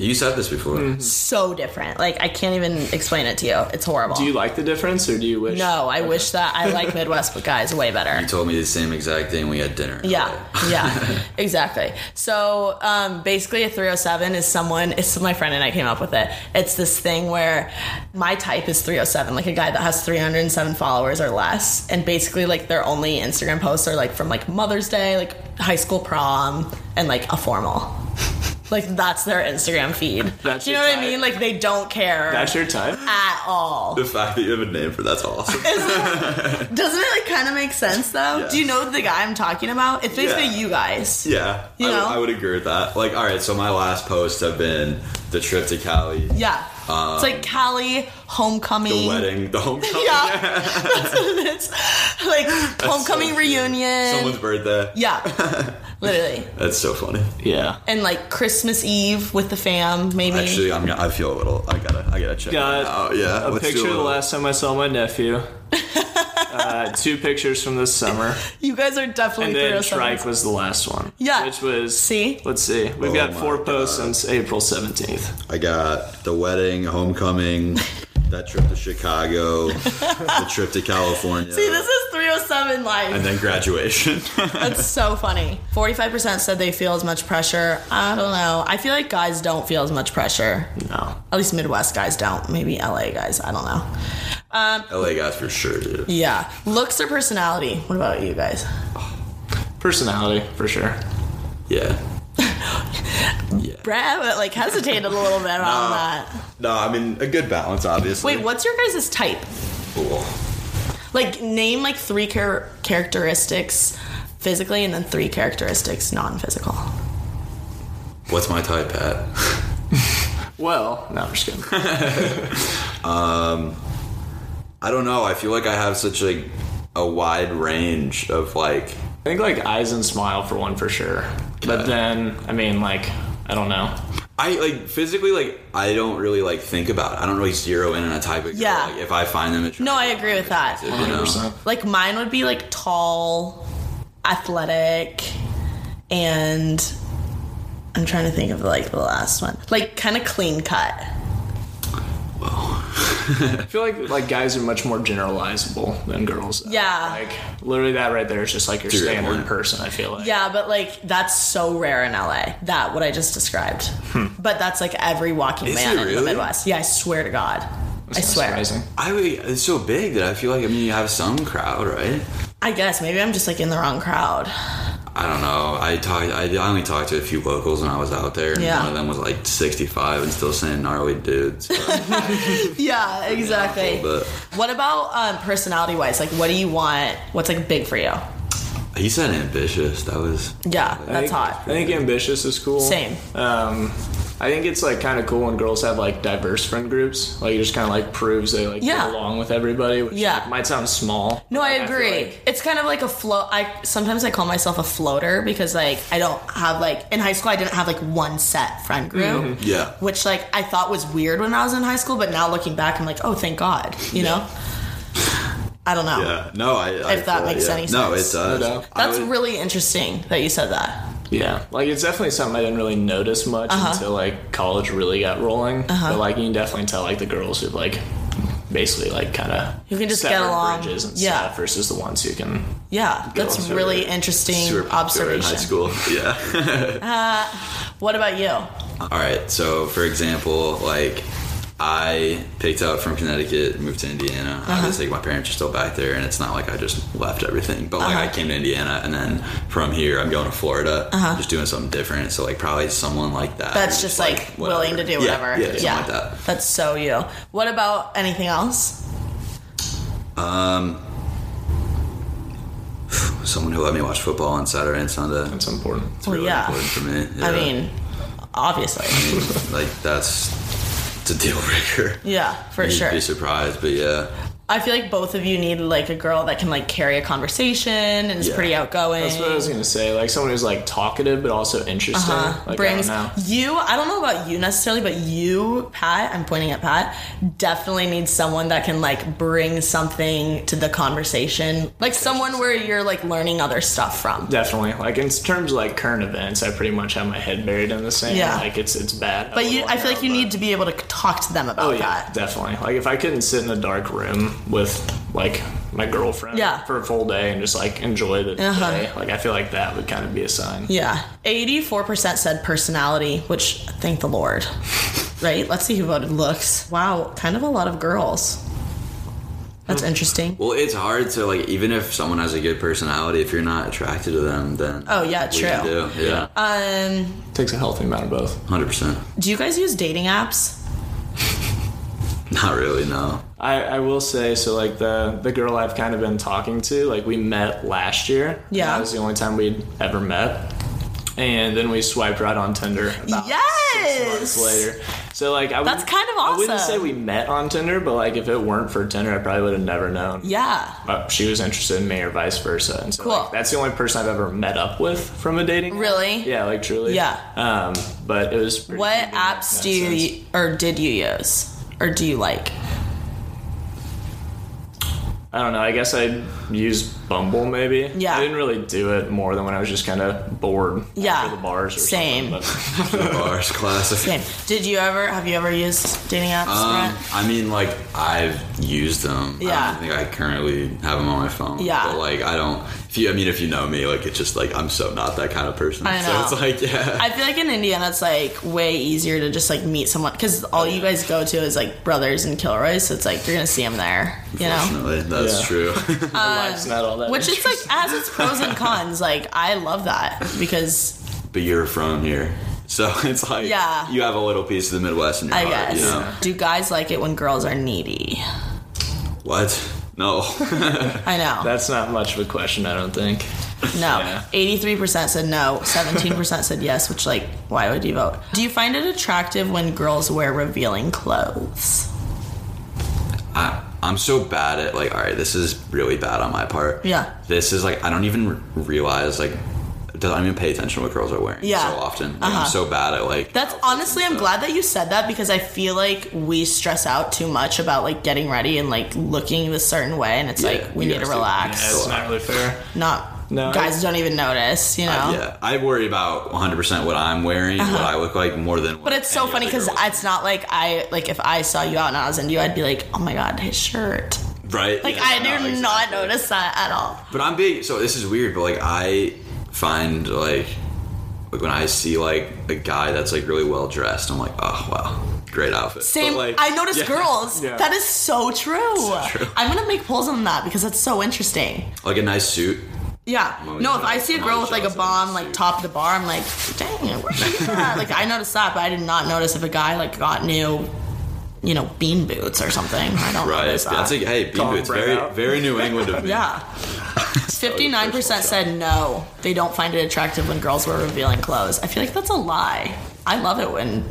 A: You said this before.
C: Mm-hmm.
E: So different. Like, I can't even explain it to you. It's horrible.
C: Do you like the difference, or do you wish?
E: no, I wish that I like Midwest guys way better.
A: You told me the same exact thing we had dinner.
E: Yeah,
C: *laughs*
E: yeah, exactly. So um, basically, a 307 is someone, it's my friend and I came up with it. It's this thing where my type is 307, like a guy that has 307 followers or less. And basically, like their only Instagram posts are like from like Mother's Day, like high school prom, and like a formal. *laughs* Like that's their Instagram feed.
C: That's
E: Do you know
C: your
E: what I
C: type.
E: mean? Like they don't care
C: That's your type.
E: at all.
C: *laughs*
A: The fact that you have a name for that's awesome.
E: *laughs* Doesn't it like kind of make sense though?
A: Yeah.
E: Do you know the guy I'm talking about? It's basically
A: Yeah.
E: you guys.
A: yeah.
E: You
A: I, would-
E: know?
A: I would agree with that. Like, all right, so my last posts have been the trip to Cali,
E: Yeah. it's like Cali, homecoming.
A: Um, the wedding, *laughs* the homecoming,
E: *laughs* Yeah. That's what it is. Like homecoming
A: so cute.
E: reunion.
A: someone's birthday.
E: yeah.
A: *laughs*
E: Literally.
A: That's so funny.
C: Yeah.
E: And like Christmas Eve with the fam, maybe.
A: Actually, I'm. gonna- I feel a little. I gotta. I gotta check.
C: Got
A: it out. yeah.
C: a
A: let's do
C: picture of the
A: little-
C: last time I saw my nephew. uh, two pictures from this summer,
E: you guys are definitely
C: and then
E: 307s.
C: Trike was the last one.
E: Yeah.
C: which was
E: See?
C: Let's see, we've
A: Oh
C: got
A: my
C: four posts
A: God.
C: since April seventeenth.
A: I got the wedding, homecoming,
E: *laughs*
A: that trip to Chicago, the trip to California,
E: See, this is 307 life.
A: and then graduation. *laughs*
E: That's so funny. 45% said they feel as much pressure. I don't know. I feel like guys don't feel as much pressure.
C: No,
E: At least Midwest guys don't. Maybe LA guys. I don't know.
A: LA guys for sure, dude.
E: Yeah. Looks or personality? What about you guys?
C: personality for sure.
A: Yeah.
E: Brad like hesitated a little bit on that.
A: No, I mean a good balance, obviously.
E: Wait, what's your guys' type?
A: Cool.
E: Like name like three char- characteristics physically and then three characteristics non-physical.
A: What's my type, Pat?
C: Well, no, I'm just kidding.
A: I don't know. I feel like I have such a a wide range of like.
C: I think like eyes and smile for one for sure, but then I mean like I don't know.
A: I like physically like I don't really like think about. It. I don't really zero in on a type of girl.
E: Yeah.
A: Like, if I find them attractive,
E: No, I agree with that.
A: you know?
C: 100%.
E: Like mine would be like tall, athletic, and I'm trying to think of like the last one. Like kind of clean cut.
C: I feel like like guys are much more generalizable than girls.
E: Yeah.
C: like literally that right there is just like your
A: To your
C: standard
A: point.
C: person. I feel like
E: Yeah, but like that's so rare in LA. That what I just described. But that's like every walking
A: Hmm. Is
E: man
A: it
E: in
A: really?
E: the Midwest. Yeah, I swear to God. I swear.
C: Surprising.
A: I would, it's so big that I feel like I mean you have some crowd, right?
E: I guess maybe I'm just like in the wrong crowd.
A: I don't know. I talked. I only talked to a few locals when I was out there. and
E: Yeah.
A: One of them was like 65 and still saying gnarly dudes. But,
E: Yeah, exactly. *laughs*
A: but
E: What about um, personality wise? Like, what do you want? What's like big for you?
A: he said ambitious. That was.
E: Yeah,
C: I
E: that's
C: think- I
E: hot.
C: think ambitious is cool.
E: Same.
C: Um, I think it's like kind of cool when girls have like diverse friend groups. Like it just kind of like proves they like
E: Yeah.
C: get along with everybody. Which
E: Yeah.
C: like, might sound small.
E: No,
C: but
E: I
C: feel
E: agree.
C: like-
E: it's kind of like a float. I sometimes I call myself a floater because like I don't have like in high school I didn't have like one set friend group.
A: Yeah.
E: Which like I thought was weird when I was in high school, but now looking back, I'm like, oh, thank God. You know. I don't know.
A: Yeah. No, I. If I
E: If that
A: feel-
E: makes
A: yeah.
E: any
A: No, it
E: sense.
A: does.
C: No doubt.
A: I
E: That's
A: would-
E: really interesting that you said that.
C: Yeah, like it's definitely something I didn't really notice much
E: Uh-huh.
C: until like college really got rolling. But like you can definitely tell like the girls who like basically like kind of
E: Who can just get along.
C: bridges and
E: Yeah.
C: stuff versus the ones who can.
E: Yeah, that's
A: also
E: really
A: really
E: interesting
A: super popular in high
E: observation.
A: school. *laughs* Yeah.
E: What about you?
A: All right. So, for example, like I picked up from Connecticut, moved to Indiana.
E: Uh-huh.
A: Obviously, my parents are still back there, and it's not like I just left everything. But like
E: Uh-huh.
A: I came to Indiana, and then from here, I'm going to Florida, just doing something different. So, like probably someone like that.
E: Uh-huh. That's
A: who's
E: just like
A: whatever.
E: willing to do
A: Yeah,
E: whatever.
A: Yeah, something like that.
E: That's so you. What about anything else?
A: Someone who let me watch football on Saturday and Sunday. It's
C: That's important.
A: really
E: yeah.
A: important for me.
E: I
A: Yeah.
E: mean, obviously.
A: *laughs* like that's it's a deal breaker.
E: Yeah, *laughs* for
A: You'd
E: sure.
A: be surprised, but yeah,
E: I feel like both of you need like a girl that can like carry a conversation and is
A: Yeah.
E: pretty outgoing.
C: That's what I was gonna say. Like someone who's like talkative but also interesting. Like
E: Uh-huh. Uh, brings
C: I don't know.
E: you I don't know about you necessarily, but you, Pat, I'm pointing at Pat, definitely needs someone that can like bring something to the conversation. Like someone where you're like learning other stuff from.
C: Definitely. Like in terms of like current events, I pretty much have my head buried in the sand.
E: Yeah.
C: Like it's it's bad.
E: But you I feel like you need to be able to talk to them about
C: Oh yeah,
E: that.
C: definitely. Like if I couldn't sit in a dark room with like my girlfriend
E: Yeah.
C: for a full day and just like enjoy the
E: Uh-huh.
C: day, like I feel like that would kind of be a sign.
E: Yeah. 84% said personality, which thank the *laughs* Lord. right? Let's see who voted looks. Wow, kind of a lot of girls. That's interesting.
A: well, it's hard to like even if someone has a good personality, if you're not attracted to them, then
E: Oh, yeah,
A: what do you
E: true.
A: do? yeah,
E: Um,
C: takes a healthy amount of both.
A: hundred percent. *laughs*
E: do you guys use dating apps?
A: Not really,
E: *laughs*
A: no.
C: I, I will say so like the the girl I've kind of been talking to, like we met last year.
E: Yeah.
C: That was the only time we'd ever met. And then we swiped right on Tinder about six
E: Yes.
C: months later. So like I
E: That's
C: wouldn't-
E: kind of
C: I wouldn't
E: awesome.
C: say we met on Tinder, but like if it weren't for Tinder, I probably would have never known.
E: Yeah.
C: uh, she was interested in me or vice versa. And so
E: Cool.
C: like, that's the only person I've ever met up with from a dating. app.
E: Really?
C: Yeah, like truly.
E: Yeah.
C: Um, but it was. pretty
E: What
C: convenient in
E: apps
C: that
E: do you
C: sense.
E: or did you use or do you like?
C: I don't know. I guess I used Bumble maybe.
E: Yeah.
C: I didn't really do it more than when I was just kind of bored.
E: Yeah.
C: After the bars. Or
E: Same.
C: *laughs* Something,
A: Bars classic.
E: Okay. Did you ever have you ever used dating apps?
A: Um,
E: Brent?
A: I mean, like I've used them.
E: Yeah.
A: I don't think I currently have them on my phone.
E: Yeah.
A: but like I don't. If you, I mean, if you know me, like it's just like I'm so not that kind of person.
E: I know.
A: *laughs* So it's like, yeah,
E: I feel like in Indiana it's like way easier to just like meet someone because all you guys go to is like brothers and Kilroy, so it's like you're gonna see them there, you know.
A: Unfortunately, that's
C: Yeah.
A: true.
C: but my life's not all that.
E: Um, Which is like as its pros and cons. Like I love that because
A: but you're from here. *laughs* So it's like
E: Yeah.
A: you have a little piece of the Midwest in your
E: I
A: heart,
E: guess
A: you know.
E: do guys like it when girls are needy?
A: What? No. *laughs*
E: I know.
C: That's not much of a question, I don't think.
E: No.
C: Yeah.
E: Eighty-three percent said no. Seventeen percent said yes. Which, like, why would you vote? Do you find it attractive when girls wear revealing clothes?
A: I, I'm so bad at like all right, this is really bad on my part.
E: Yeah.
A: This is like I don't even r- realize like I don't even pay attention to what girls are wearing
E: Yeah.
A: so often. Like,
E: Uh-huh.
A: I'm so bad at like
E: That's honestly, I'm glad that you said that because I feel like we stress out too much about like getting ready and like looking this certain way, and it's
A: Yeah,
E: like we
A: you
E: need to
A: guys do.
C: Yeah,
E: relax.
C: it's not really fair.
E: Not
C: No.
E: guys don't even notice, you know.
A: yeah, I worry about 100% what I'm wearing, what I look like more than
E: Uh-huh. But it's so funny because it's not like I like if I saw you out and I was into you, I'd be like, oh my god, his shirt.
A: right?
E: Like
A: Yeah,
E: I
A: no,
E: do not
A: exactly.
E: notice that at all.
A: But I'm big. So this is weird, but like I find like like when I see like a guy that's like really well dressed, I'm like, oh wow, great outfit.
E: Same.
C: But, like,
E: I noticed
C: yeah,
E: girls.
C: yeah.
E: That is so true.
A: true.
E: I'm gonna make polls on that because that's so interesting.
A: Like a nice suit.
E: Yeah.
A: always
E: No, if
A: jealous-
E: I see a
A: I'm
E: girl
A: always
E: with like
A: jealous
E: a
A: of
E: bomb
A: the
E: like
A: suit.
E: top of the bar, I'm like, dang, where she
A: *laughs*
E: get that? like I noticed that, but I did not notice if a guy like got new, you know, bean boots or something. I don't
A: Right.
E: notice that.
A: That's a, hey, bean
C: Calm
A: boots.
C: breath
A: Very,
C: out.
A: very New England
E: *laughs*
A: of me.
E: uh,
A: *laughs*
E: yeah. Fifty nine percent said no. They don't find it attractive when girls wear revealing clothes. I feel like that's a lie. I love it when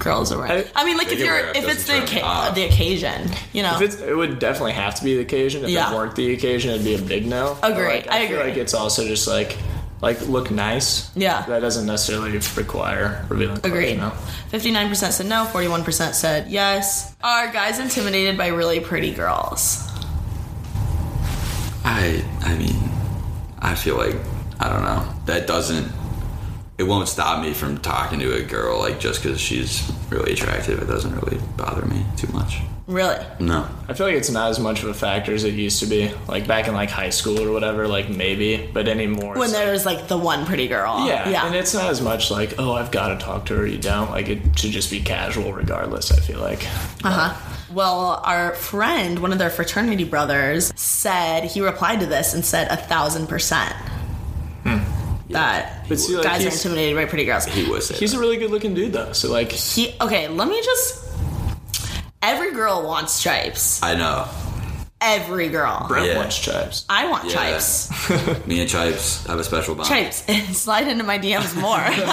E: girls are wearing. I, mean, like
A: They
E: if
A: can
E: you're
A: wear it,
E: if it's the
A: doesn't turn me
E: oca-
A: off.
E: the occasion, you know.
C: If it's, it would definitely have to be the occasion. If
E: Yeah.
C: it weren't the occasion, it'd be a big no. But,
E: Agree.
C: like,
E: I
C: feel
E: agree.
C: like it's also just like, like look nice.
E: Yeah.
C: That doesn't necessarily require revealing. clothes,
E: Agreed.
C: you know?
E: 59% said no, 41% said yes. Are guys intimidated by really pretty girls?
A: I I mean, I feel like I don't know. That doesn't it won't stop me from talking to a girl like just because she's really attractive. It doesn't really bother me too much.
E: Really?
A: No,
C: I feel like it's not as much of a factor as it used to be. Like back in like high school or whatever, like maybe, but anymore.
E: When
C: it's like-
E: there's like the one pretty girl.
C: yeah,
E: Yeah.
C: and it's not as much like, oh, I've got to talk to her. You don't like it should just be casual, regardless. I feel like uh,
E: Uh-huh. Well, our friend, one of their fraternity brothers, said he replied to this and said a thousand percent. That
C: Hmm. But see, like,
E: guys are
C: he's-
E: intimidated by pretty girls.
A: he would say
C: he's
A: that.
C: a really good looking dude though. So like,
E: He, okay, let me just. Every girl wants stripes.
A: I know.
E: Every girl.
C: Brent
A: Yeah.
C: wants chives.
E: I want
A: Yeah.
E: stripes.
A: Me and Chipes have a special bond.
E: Types and *laughs* slide into my DMs *laughs* more. um,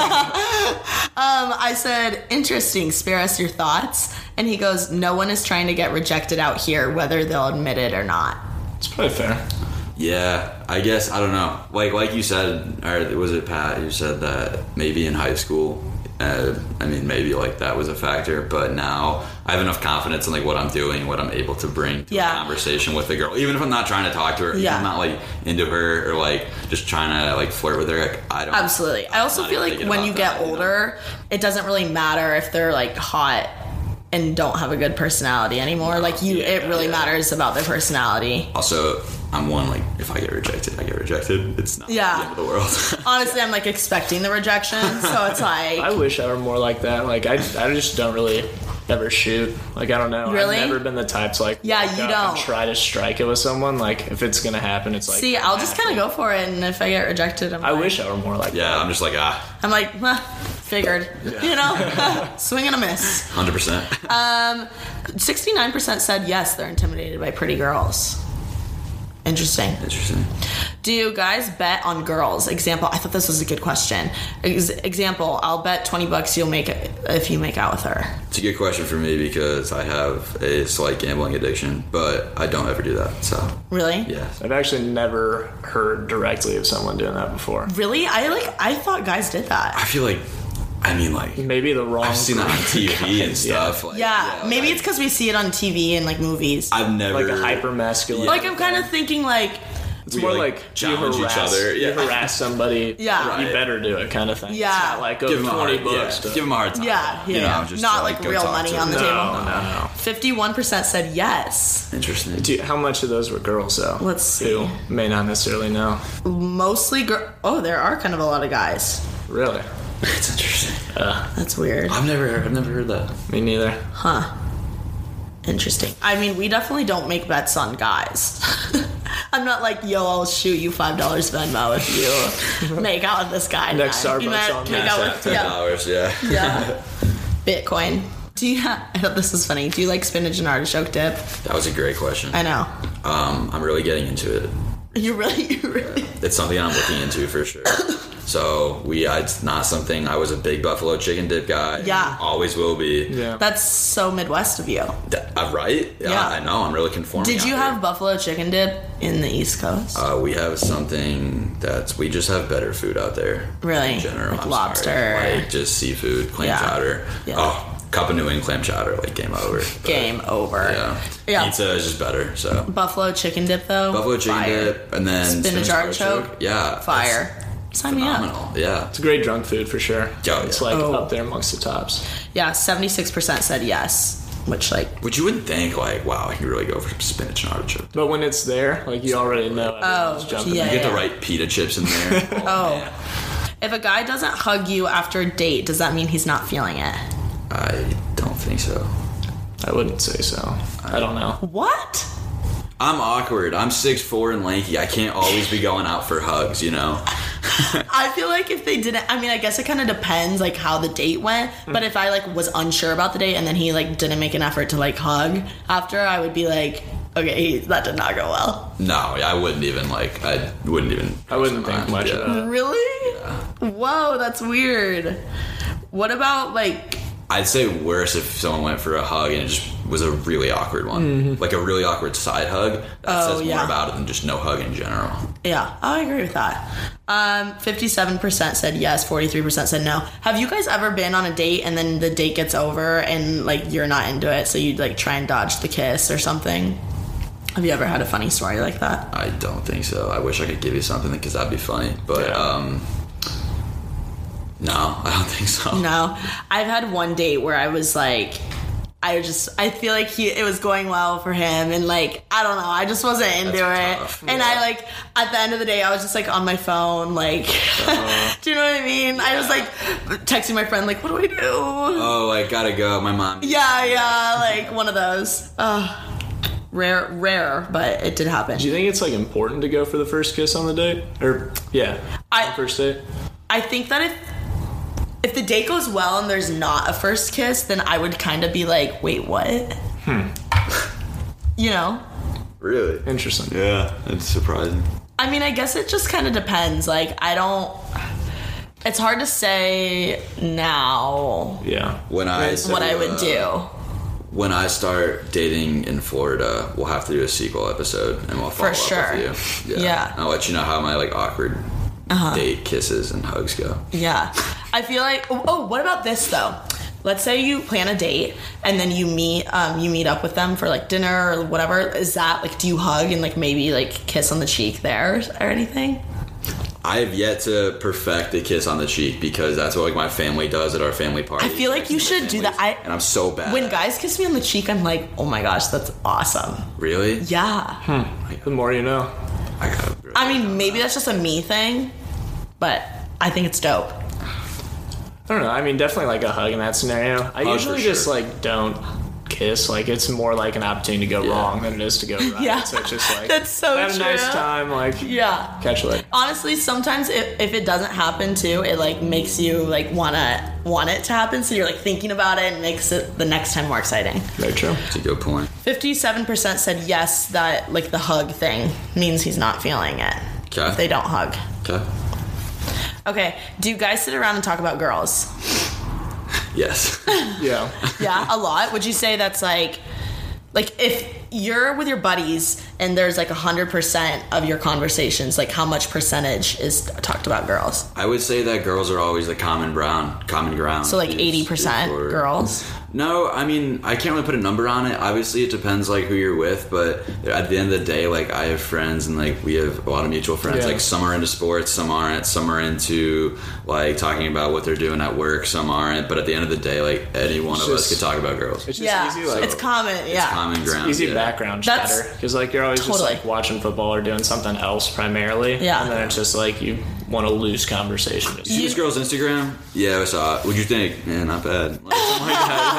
E: I said, interesting, spare us your thoughts. And he goes, no one is trying to get rejected out here, whether they'll admit it or not.
C: It's probably fair.
A: Yeah, I guess I don't know. Like like you said, or was it Pat who said that maybe in high school? Uh, I mean, maybe like that was a factor, but now I have enough confidence in like what I'm doing, what I'm able to bring to
E: Yeah.
A: a conversation with a girl, even if I'm not trying to talk to her, even
E: Yeah.
A: if I'm not like into her or like just trying to like flirt with her. Like, I don't
E: Absolutely. I
A: I'm
E: also
A: not
E: feel
A: even
E: like
A: thinking
E: when
A: about
E: you
A: that,
E: get
A: know?
E: older, it doesn't really matter if they're like hot and don't have a good personality anymore. like you, it
A: yeah,
E: really
A: yeah.
E: matters about their personality.
A: Also, I'm one like if I get rejected, I get rejected. It's not
E: Yeah.
A: the end of the world. *laughs*
E: Honestly, I'm like expecting the rejection, so it's like
C: I wish I were more like that. Like I, I just don't really ever shoot. Like I don't know.
E: Really?
C: I've never been the type to like
E: Yeah,
C: walk
E: you
C: up and
E: don't.
C: try to strike it with someone. Like if it's gonna happen, it's like
E: See, I'll just kind of go for it, and if I get rejected, I'm
C: I
E: like,
C: wish I were more like
A: yeah, I'm just like ah,
E: I'm like, "Huh, figured,
A: *laughs*
E: you know, *laughs* swing and a miss.
A: hundred
E: *laughs*
A: percent.
E: 69% said yes, they're intimidated by pretty girls. Interesting.
A: Interesting.
E: Do guys bet on girls? Example, I thought this was a good question. Ex- example, I'll bet 20 bucks you'll make it if you make out with her.
A: It's a good question for me because I have a slight gambling addiction, but I don't ever do that. So,
E: Really?
A: yeah.
C: I've actually never heard directly of someone doing that before.
E: Really? I like I thought guys did that.
A: I feel like, I mean, like,
C: Maybe the wrong.
A: I've seen that on TV and
C: *laughs* yeah.
A: stuff. Like,
E: Yeah,
A: like,
E: maybe it's cuz we see it on TV and like movies.
A: I've never.
C: like a hyper masculine.
E: like I'm kind of thinking like
C: it's
A: we,
C: more
A: like,
C: like, you
A: challenge each
C: harass,
A: other.
C: You
A: Yeah.
C: harass somebody.
E: *laughs* Yeah.
C: you
A: Right.
C: better do it, kind of thing.
E: Yeah.
C: it's not like oh,
A: Give him a
C: twenty
A: hard,
C: bucks.
A: yeah,
C: to-
A: give him a hard time.
E: yeah, yeah.
A: You know, just
E: Not
A: to,
E: like
A: go
E: real
A: talk
E: money
A: to
E: on the
A: them.
C: no, no,
E: table.
C: no.
E: 51% said yes.
A: Interesting.
C: Dude, how much of those were girls though?
E: Let's see.
C: Who may not necessarily know.
E: mostly girl. Oh, there are kind of a lot of guys.
C: Really?
A: It's interesting.
E: That's weird.
A: I've never, I've never heard that.
C: Me neither.
E: Interesting. I mean, we definitely don't make bets on guys. *laughs* I'm not like, yo, I'll shoot you five dollars Venmo
A: *laughs*
E: if you make out with this guy.
C: Next
E: tonight." You
C: Starbucks
E: met-
C: on
E: make
C: Cash
E: out
A: Ten
E: with yeah,
A: dollars, yeah.
E: yeah. *laughs* Bitcoin. Do you? I thought this was funny. Do you like spinach and artichoke dip?
A: That was a great question.
E: I know. *laughs*
A: Um, I'm really getting into it.
E: You really, you really.
A: It's something I'm looking into for
E: *coughs*
A: sure. So we, I, it's not something. I was a big buffalo chicken dip guy.
E: Yeah.
A: always will be.
C: Yeah.
E: That's so Midwest of you.
A: That- uh, right? Yeah,
E: Yeah.
A: I know. I'm really conforming.
E: Did
A: out
E: you
A: here.
E: have buffalo chicken dip in the East Coast?
A: Uh, we have something that's we just have better food out there.
E: Really?
A: in general,
E: Like
A: I'm
E: lobster.
A: sorry. like just seafood, clam
E: Yeah.
A: chowder.
E: Yeah.
A: Oh, cup of New England clam chowder, like game over. But,
E: Game over.
A: Yeah.
E: Yeah.
A: pizza is just better. So
E: Buffalo chicken dip though.
A: buffalo chicken
E: Fire.
A: dip, and then
E: Spinach artichoke?
A: Yeah, that's
E: Fire. Sign me up.
A: Phenomenal. Yeah,
C: It's great drunk food for sure.
A: Yeah,
C: it's
A: yeah.
C: like
E: Oh.
C: up there amongst the tops.
E: Yeah, seventy six percent said yes. Which like
A: which you wouldn't think. Like, wow, I can really go for some spinach and artichoke.
C: But when it's there, like you already know. everyone's jumping.
E: Oh, yeah.
A: You get the right pita chips in there.
E: *laughs*
A: oh, man.
E: if a guy doesn't hug you after a date, does that mean he's not feeling it?
A: I think so.
C: I wouldn't say so. I don't know.
F: What?
A: I'm awkward. I'm six four and lanky. I can't always be going out for hugs, you know.
E: I feel like if they didn't, I mean, I guess it kind of depends like how the date went. But if I like was unsure about the date and then he like didn't make an effort to like hug after, I would be like, okay, that did not go well.
A: No, I wouldn't even like. I wouldn't even.
C: I wouldn't think
A: mind.
C: much
A: Yeah.
C: of it.
E: Really? Whoa, that's weird. What about like?
A: I'd say worse if someone went for a hug and it just was a really awkward one, like a really awkward side hug. That
E: Mm-hmm. Oh,
A: says
E: yeah.
A: more about it than just no hug in general.
E: Yeah, I agree with that. Um, 57% said yes, 43% said no. Have you guys ever been on a date and then the date gets over and like you're not into it, so you like try and dodge the kiss or something? Have you ever had a funny story like that?
A: I don't think so. I wish I could give you something because that'd be funny, but
C: Yeah.
A: um, no, I don't think so.
E: No. I've had one date where I was like, I just I feel like he it was going well for him and like I don't know I just wasn't into
A: That's
E: it
A: tough.
E: and I like at the end of the day I was just like on my phone like
A: Uh-huh.
E: *laughs* do you know what I mean I was like texting my friend like what do I do
A: Oh, I gotta go. My mom.
E: Yeah, yeah, like one of those. Ugh. Rare, rare, but it did happen.
C: Do you think it's like important to go for the first kiss on the date? Or yeah,
E: I-
C: on the first date.
E: I think that if if the date goes well and there's not a first kiss, then I would kind of be like, wait, what? Hmm. *laughs* You know.
A: Really?
C: Interesting.
A: Yeah, it's surprising.
E: I mean, I guess it just kind of depends. Like, I don't. It's hard to say now
C: Yeah.
A: When I
C: Right.
A: so,
E: what I would
A: uh,
E: do.
A: when I start dating in Florida, we'll have to do a sequel episode and we'll follow
E: For
A: up
E: sure.
A: with you.
E: Yeah. Uh-huh.
A: I'll let you know how my like awkward date kisses and hugs go.
E: Yeah. I feel like oh, oh, what about this though? Let's say you plan a date and then you meet um, you meet up with them for like dinner or whatever. Is that like do you hug and like maybe like kiss on the cheek there or anything?
A: I have yet to perfect the kiss on the cheek because that's what like my family does at our family party.
E: I feel like you should do that. I-
A: and I'm so bad.
E: When
A: at it.
E: guys kiss me on the cheek, I'm like, "Oh my gosh, that's awesome."
A: really,
E: Yeah.
C: The more you know.
A: I gotta.
E: I mean, maybe that's just a me thing, but I think it's dope.
C: I don't know. I mean, definitely like a hug in that scenario. I
A: Oh, for
C: usually just
A: sure.
C: like don't kiss. Like it's more like an opportunity to go wrong than it is to go right.
E: *laughs* Yeah.
C: So it's just like
E: That's so
C: have
E: true.
C: a nice time. Like
E: Yeah.
C: catch you later.
E: honestly sometimes if, if it doesn't happen too it like makes you like wanna want it to happen so you're like thinking about it and makes it the next time more exciting
C: Very true.
A: That's a good point.
E: 57% said yes that like the hug thing means he's not feeling it
A: Okay.
E: if they don't hug
A: Okay.
E: okay do you guys sit around and talk about girls
A: Yes. *laughs*
C: Yeah.
E: yeah a lot would you say that's like like if you're with your buddies and there's like 100% of your conversations like how much percentage is talked about girls
A: I would say that girls are always the common brown, common ground.
E: so like
A: It's-
E: 80%
A: it's for-
E: girls
A: No, I mean I can't really put a number on it. Obviously, it depends like who you're with, but at the end of the day, like I have friends and like we have a lot of mutual friends.
C: Yeah.
A: Like some are into sports, some aren't. Some are into like talking about what they're doing at work, some aren't. But at the end of the day, like any one
C: It's
A: of us
C: just-
A: could talk about girls.
C: It's just
E: yeah,
C: easy. Like
E: it's common. Yeah,
A: Common ground.
C: easy
A: yeah.
C: background
E: That's-
C: chatter because like you're always
E: Totally.
C: just like watching football or doing something else primarily.
E: Yeah.
C: And then it's just like you want to lose conversation. Just-
A: See this girl's Instagram? Yeah, I saw it. What'd you think? Man, not bad. Like,
E: *laughs*
A: something like that.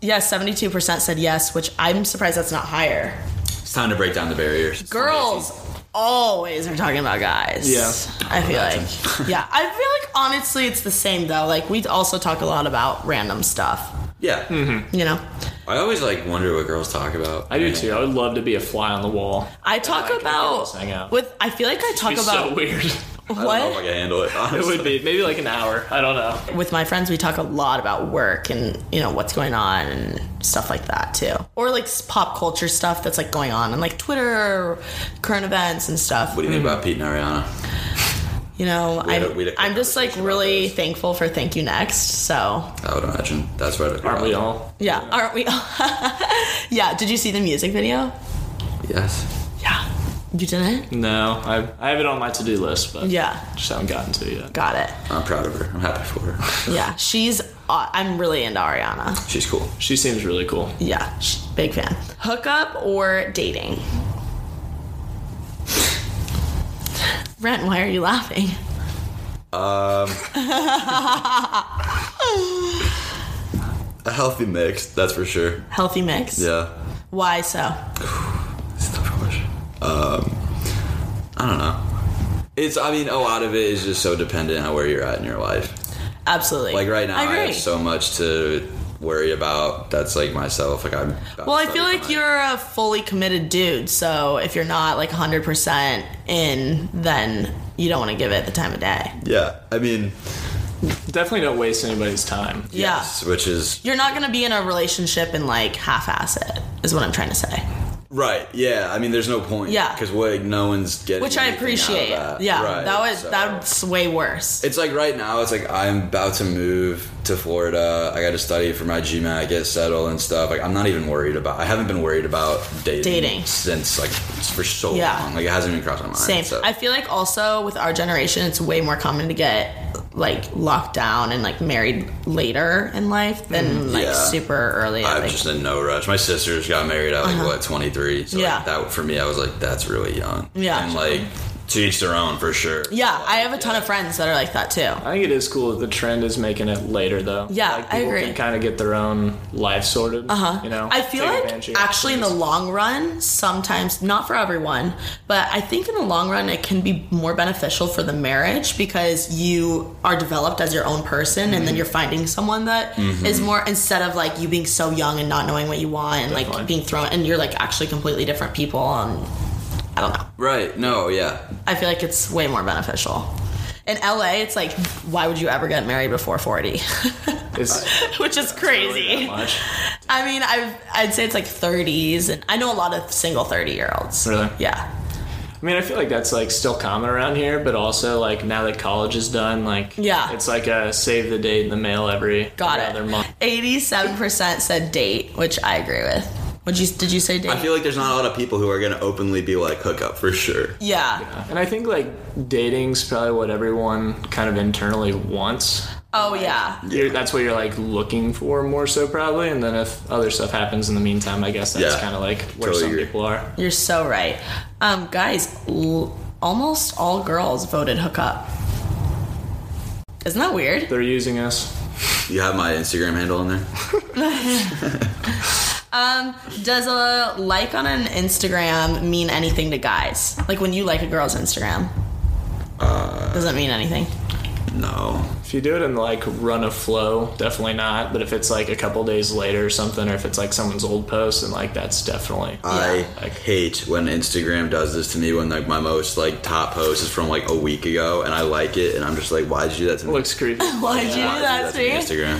E: yeah. Seventy-two percent said yes, which I'm surprised that's not higher.
A: It's time to break down the barriers. It's
E: Girls always are talking about guys.
C: Yeah.
E: I feel like. yeah, I feel like honestly, it's the same though. Like we also talk a lot about random stuff.
A: Yeah.
E: You know,
A: I always like wonder what girls talk about.
C: Mm-hmm. I do too. I would love to be a fly on the wall.
E: I talk
C: like
E: about
C: girls hang out.
E: with. I
A: *laughs*
E: feel like I talk
C: It'd be
E: about
C: so weird.
A: I don't know if I
E: what
A: can handle it.
C: *laughs* it
A: Honestly.
C: would be maybe like an hour. I don't know.
E: with my friends. We talk a lot about work and you know what's going on and stuff like that too, or like s- pop culture stuff that's like going on and like Twitter, or current events and stuff.
A: What do you
C: Mm-hmm.
A: think about Pete and Ariana?
E: You know,
A: had
E: I'm,
A: a- we had a
E: I'm just like
A: conversation about
E: really
A: this.
E: thankful for Thank You Next. So,
A: I would imagine that's right. up your
C: Aren't we
A: alley.
C: all?
E: yeah, aren't we? *laughs* yeah, did you see the music video?
A: Yes.
E: Yeah. You
A: Mm-hmm.
E: didn't?
C: No, I, I have it on my to do list, but
E: Yeah.
C: just haven't gotten to it yet.
E: Got it.
A: I'm proud of her. I'm happy for
E: *laughs*
A: her.
E: Yeah. She's, aw- I'm really into Ariana.
A: She's cool.
C: She seems really cool.
E: Yeah. sh- Big fan. Hookup or dating? Brent, why are you laughing?
A: Um, A healthy mix, that's for sure.
E: Healthy mix.
A: Yeah.
E: Why so?
A: It's a tough question. Um, I don't know. It's, I mean, a lot of it is just so dependent on where you're at in your life.
E: Absolutely.
A: Like right now,
E: I
A: I,
E: agree.
A: have so much to worry about. That's like myself. Like I'm. about
E: well, I
A: to
E: feel
A: start
E: like you're a fully committed dude, so if you're not like 100% in, then you don't want to give it the time of day.
A: Yeah, I mean,
C: Definitely don't waste anybody's time.
E: Yeah.
A: yes, which is
E: You're not going to be in a relationship and like half ass it, is what I'm trying to say.
A: Right. Yeah. I mean, there's no point.
E: Yeah.
A: Because what no one's getting.
E: Which
A: anything
E: I
A: out of
E: appreciate.
A: that.
E: Yeah.
A: Right,
E: That was
A: so-
E: that's way worse.
A: It's like right now. It's like I'm about to move to Florida. I got to study for my GMAT, get settled and stuff. Like I'm not even worried about. I haven't been worried about dating,
E: Dating.
A: since like for so
E: Yeah.
A: long. Like it hasn't even crossed my mind.
E: Same.
A: So.
E: I feel like also with our generation, it's way more common to get like locked down and like married later in life than like
A: Mm, Yeah.
E: super early.
A: I'm
E: like- Uh-huh.
A: just in no rush. My sisters got married at like what 23. So
E: Yeah.
A: like, that for me, I was like, that's really young.
E: Yeah.
A: And like to each their own for sure.
E: yeah, I have a ton of friends that are like that too.
C: I think it is cool that the trend is making it later, though.
E: Yeah,
C: like,
E: I
C: people
E: agree. Uh-huh.
C: Can kind of get their own life sorted. Uh huh. You know,
E: I feel
C: take advantage
E: like
C: of
E: actually in the
C: opportunities.
E: long run, sometimes not for everyone, but I think in the long run it can be more beneficial for the marriage because you are developed as your own person and
C: Mm-hmm.
E: then you're finding someone that is more instead of like you being so young and not knowing what you want and like
C: Definitely.
E: being thrown and you're like actually completely different people and I don't know.
A: Right. No. Yeah.
E: I feel like it's way more beneficial. In LA, it's like why would you ever get married before 40?
C: It's
E: *laughs* Which is
C: really
E: crazy.
C: that much.
E: I mean, I've, I'd say it's like 30s, and I know a lot of single 30 year olds.
C: Really?
E: Yeah.
C: I mean, I feel like that's like still common around here, but also like now that college is done, like
E: Yeah.
C: it's like a save the date in the mail every
E: Got
C: every other month.
E: it. 87% said date, which I agree with. Would you, did you say date?
A: I feel like there's not a lot of people who are going to openly be like hookup for sure.
E: yeah.
C: And I think like dating's probably what everyone kind of internally wants.
E: Oh, yeah.
C: You're, that's what you're like looking for more so probably. And then if other stuff happens in the meantime, I guess that's
A: Yeah.
C: kind of like where
A: Totally
C: some
A: agree.
C: people are.
E: You're so right. Um, guys, l- almost all girls voted hook up. Isn't that weird?
C: They're using us.
A: You have my Instagram handle in there.
E: Um, Does a like on an Instagram mean anything to guys? Like when you like a girl's Instagram? Uh, Does that mean anything?
A: No.
C: If you do it in like run of flow, definitely not. But if it's like a couple days later or something, or if it's like someone's old post, then like that's definitely.
A: I
C: Like-
A: hate when Instagram does this to me when like my most like top post is from like a week ago and I like it and I'm just like, why'd you do that to me?
C: looks creepy.
E: Why'd you do
A: Why'd
E: that to me?
A: Instagram.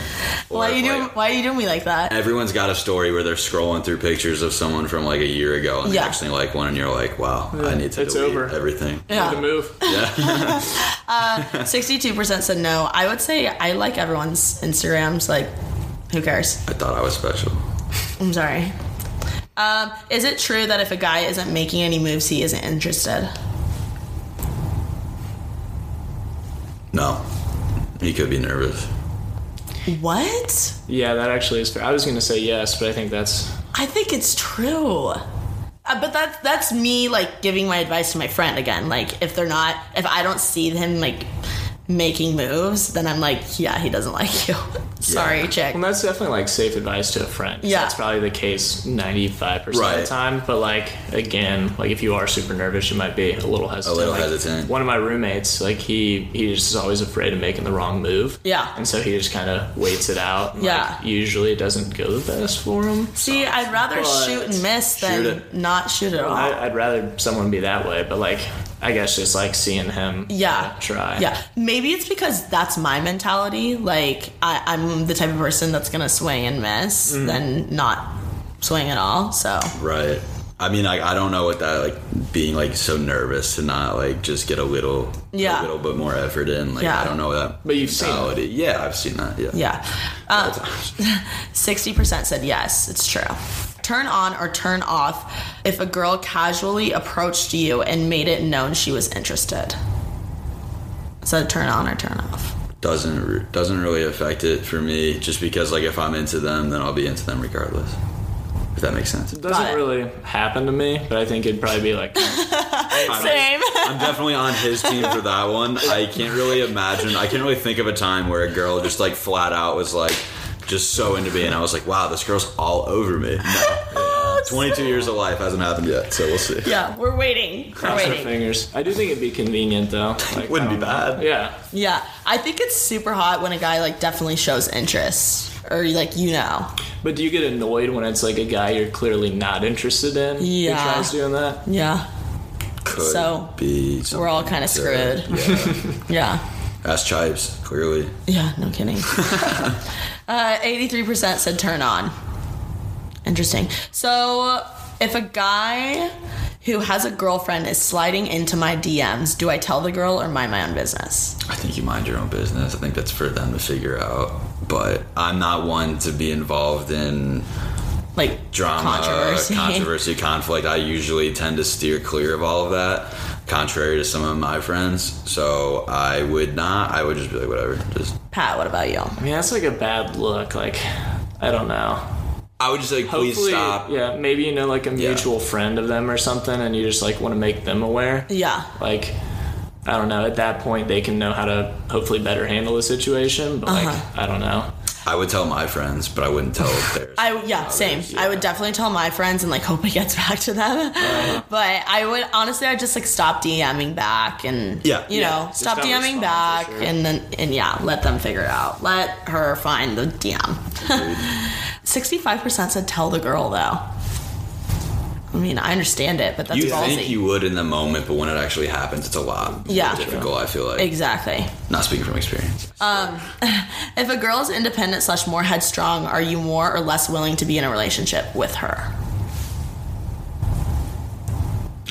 A: Or
E: Why
A: if,
E: you doing?
A: like,
E: why you doing me like that?
A: Everyone's got a story where they're scrolling through pictures of someone from like a year ago and
E: Yeah.
A: they actually like one and you're like, wow, I need to
C: It's
A: delete
C: over.
A: everything.
C: The
E: Yeah,
C: move.
E: sixty-two percent said no. I would say I like everyone's Instagrams. Like, who cares?
A: I thought I was special.
E: I'm sorry. Um, is it true that if a guy isn't making any moves, he isn't interested?
A: No. He could be nervous.
E: What?
C: Yeah, that actually is fair. I was gonna say yes, but I think that's
E: I think it's true. Uh, but that's that's me like giving my advice to my friend again. Like, if they're not, if I don't see him like making moves, then I'm like, yeah, he doesn't *laughs* like you. sorry, chick.
C: well, that's definitely like safe advice to a friend. 'cause
E: Yeah.
C: that's probably the case ninety five percent of
A: Right.
C: the time. But like again, like if you are super nervous, you might be a little hesitant.
A: A little
C: Like,
A: hesitant.
C: One of my roommates, like he he just is always afraid of making the wrong move.
E: Yeah.
C: and so he just kind of waits it out. And, like,
E: Yeah.
C: usually it doesn't go the best for him.
E: See, I'd rather
C: But-
E: shoot and miss than
A: Shoot it.
E: not shoot at all.
C: I, I'd rather someone be that way, but like I guess just like seeing him.
E: yeah.
C: uh, try.
E: Yeah. Maybe it's because that's my mentality. Like, I, I'm the type of person that's going to swing and miss, then not swing at all. So,
A: Right. I mean, like, I don't know what that like being like so nervous to not like just get a little,
E: Yeah.
A: a little bit more effort in. Like,
E: Yeah.
A: I don't know that.
C: But you've seen it.
A: mentality. Yeah, I've seen that. Yeah.
E: yeah. Um, *laughs* 60% said yes, it's true. Turn on or turn off if a girl casually approached you and made it known she was interested. So, turn on or turn off.
A: Doesn't re- doesn't really affect it for me, just because like if I'm into them, then I'll be into them regardless. If that makes sense.
C: Doesn't
E: Got it.
C: really happen to me, but I think it'd probably
E: *laughs*
C: be like
E: Same.
A: I'm definitely on his team for that one. I can't really imagine. I can't really think of a time where a girl just like flat out was like. just so into me, and I was like, wow, this girl's all over me.
E: *laughs*
A: No. 22 years of life hasn't happened yet, so we'll see.
E: Yeah, *laughs* we're waiting. We're
C: Cross our
E: waiting.
C: fingers. I do think it'd be
A: *laughs*
C: convenient though. Like,
A: Wouldn't
C: I
A: be
C: don't
A: bad.
C: know. Yeah.
E: Yeah, I think it's super hot when a guy like definitely shows interest or like you know.
C: But do you get annoyed when it's like a guy you're clearly not interested in? who
E: Yeah.
C: tries doing that.
E: Yeah,
A: Could
E: So,
A: be
E: we're all
A: something
E: kind of
A: there.
E: screwed. *laughs* Yeah.
A: Ask Chipes, clearly.
E: Yeah, no
C: *laughs*
E: kidding. Uh, 83% said turn on. Interesting. So, if a guy who has a girlfriend is sliding into my DMs, do I tell the girl or mind my own business?
A: I think you mind your own business. I think that's for them to figure out. But I'm not one to be involved in
E: Like
A: drama,
E: controversy.
A: controversy, conflict. I usually tend to steer clear of all of that, contrary to some of my friends. So I would not. I would just be like, whatever. Just
E: Pat, what about you?
C: I mean, that's like a bad look. Like, I don't know.
A: I would just like, please
C: Hopefully,
A: stop.
C: yeah, maybe you know like a mutual friend of them or something, and you just like want to make them aware.
E: Yeah.
C: Like, I don't know. At that point, they can know how to hopefully better handle the situation. But
E: Uh-huh.
C: like, I don't know.
A: I would tell my friends, but I wouldn't
E: *laughs*
A: tell theirs.
E: I yeah, same. I would definitely tell my friends and like hope it gets *laughs* back to them. but I would honestly, I just like stop DMing back and
A: Yeah.
E: you
A: Yeah.
E: know,
C: Just
E: stop
C: don't respond
E: DMing
C: for
E: back
C: sure.
E: and then and yeah, let them figure it out. Let her find the DM. *laughs* Sixty-five percent said tell the girl though. I mean, I understand it, but that's
A: you
E: ballsy.
A: think you would in the moment, but when it actually happens, it's a lot
E: Yeah.
A: more difficult. I feel like
E: exactly. Um,
A: not speaking from experience.
E: *laughs* If a girl is independent slash more headstrong, are you more or less willing to be in a relationship with her?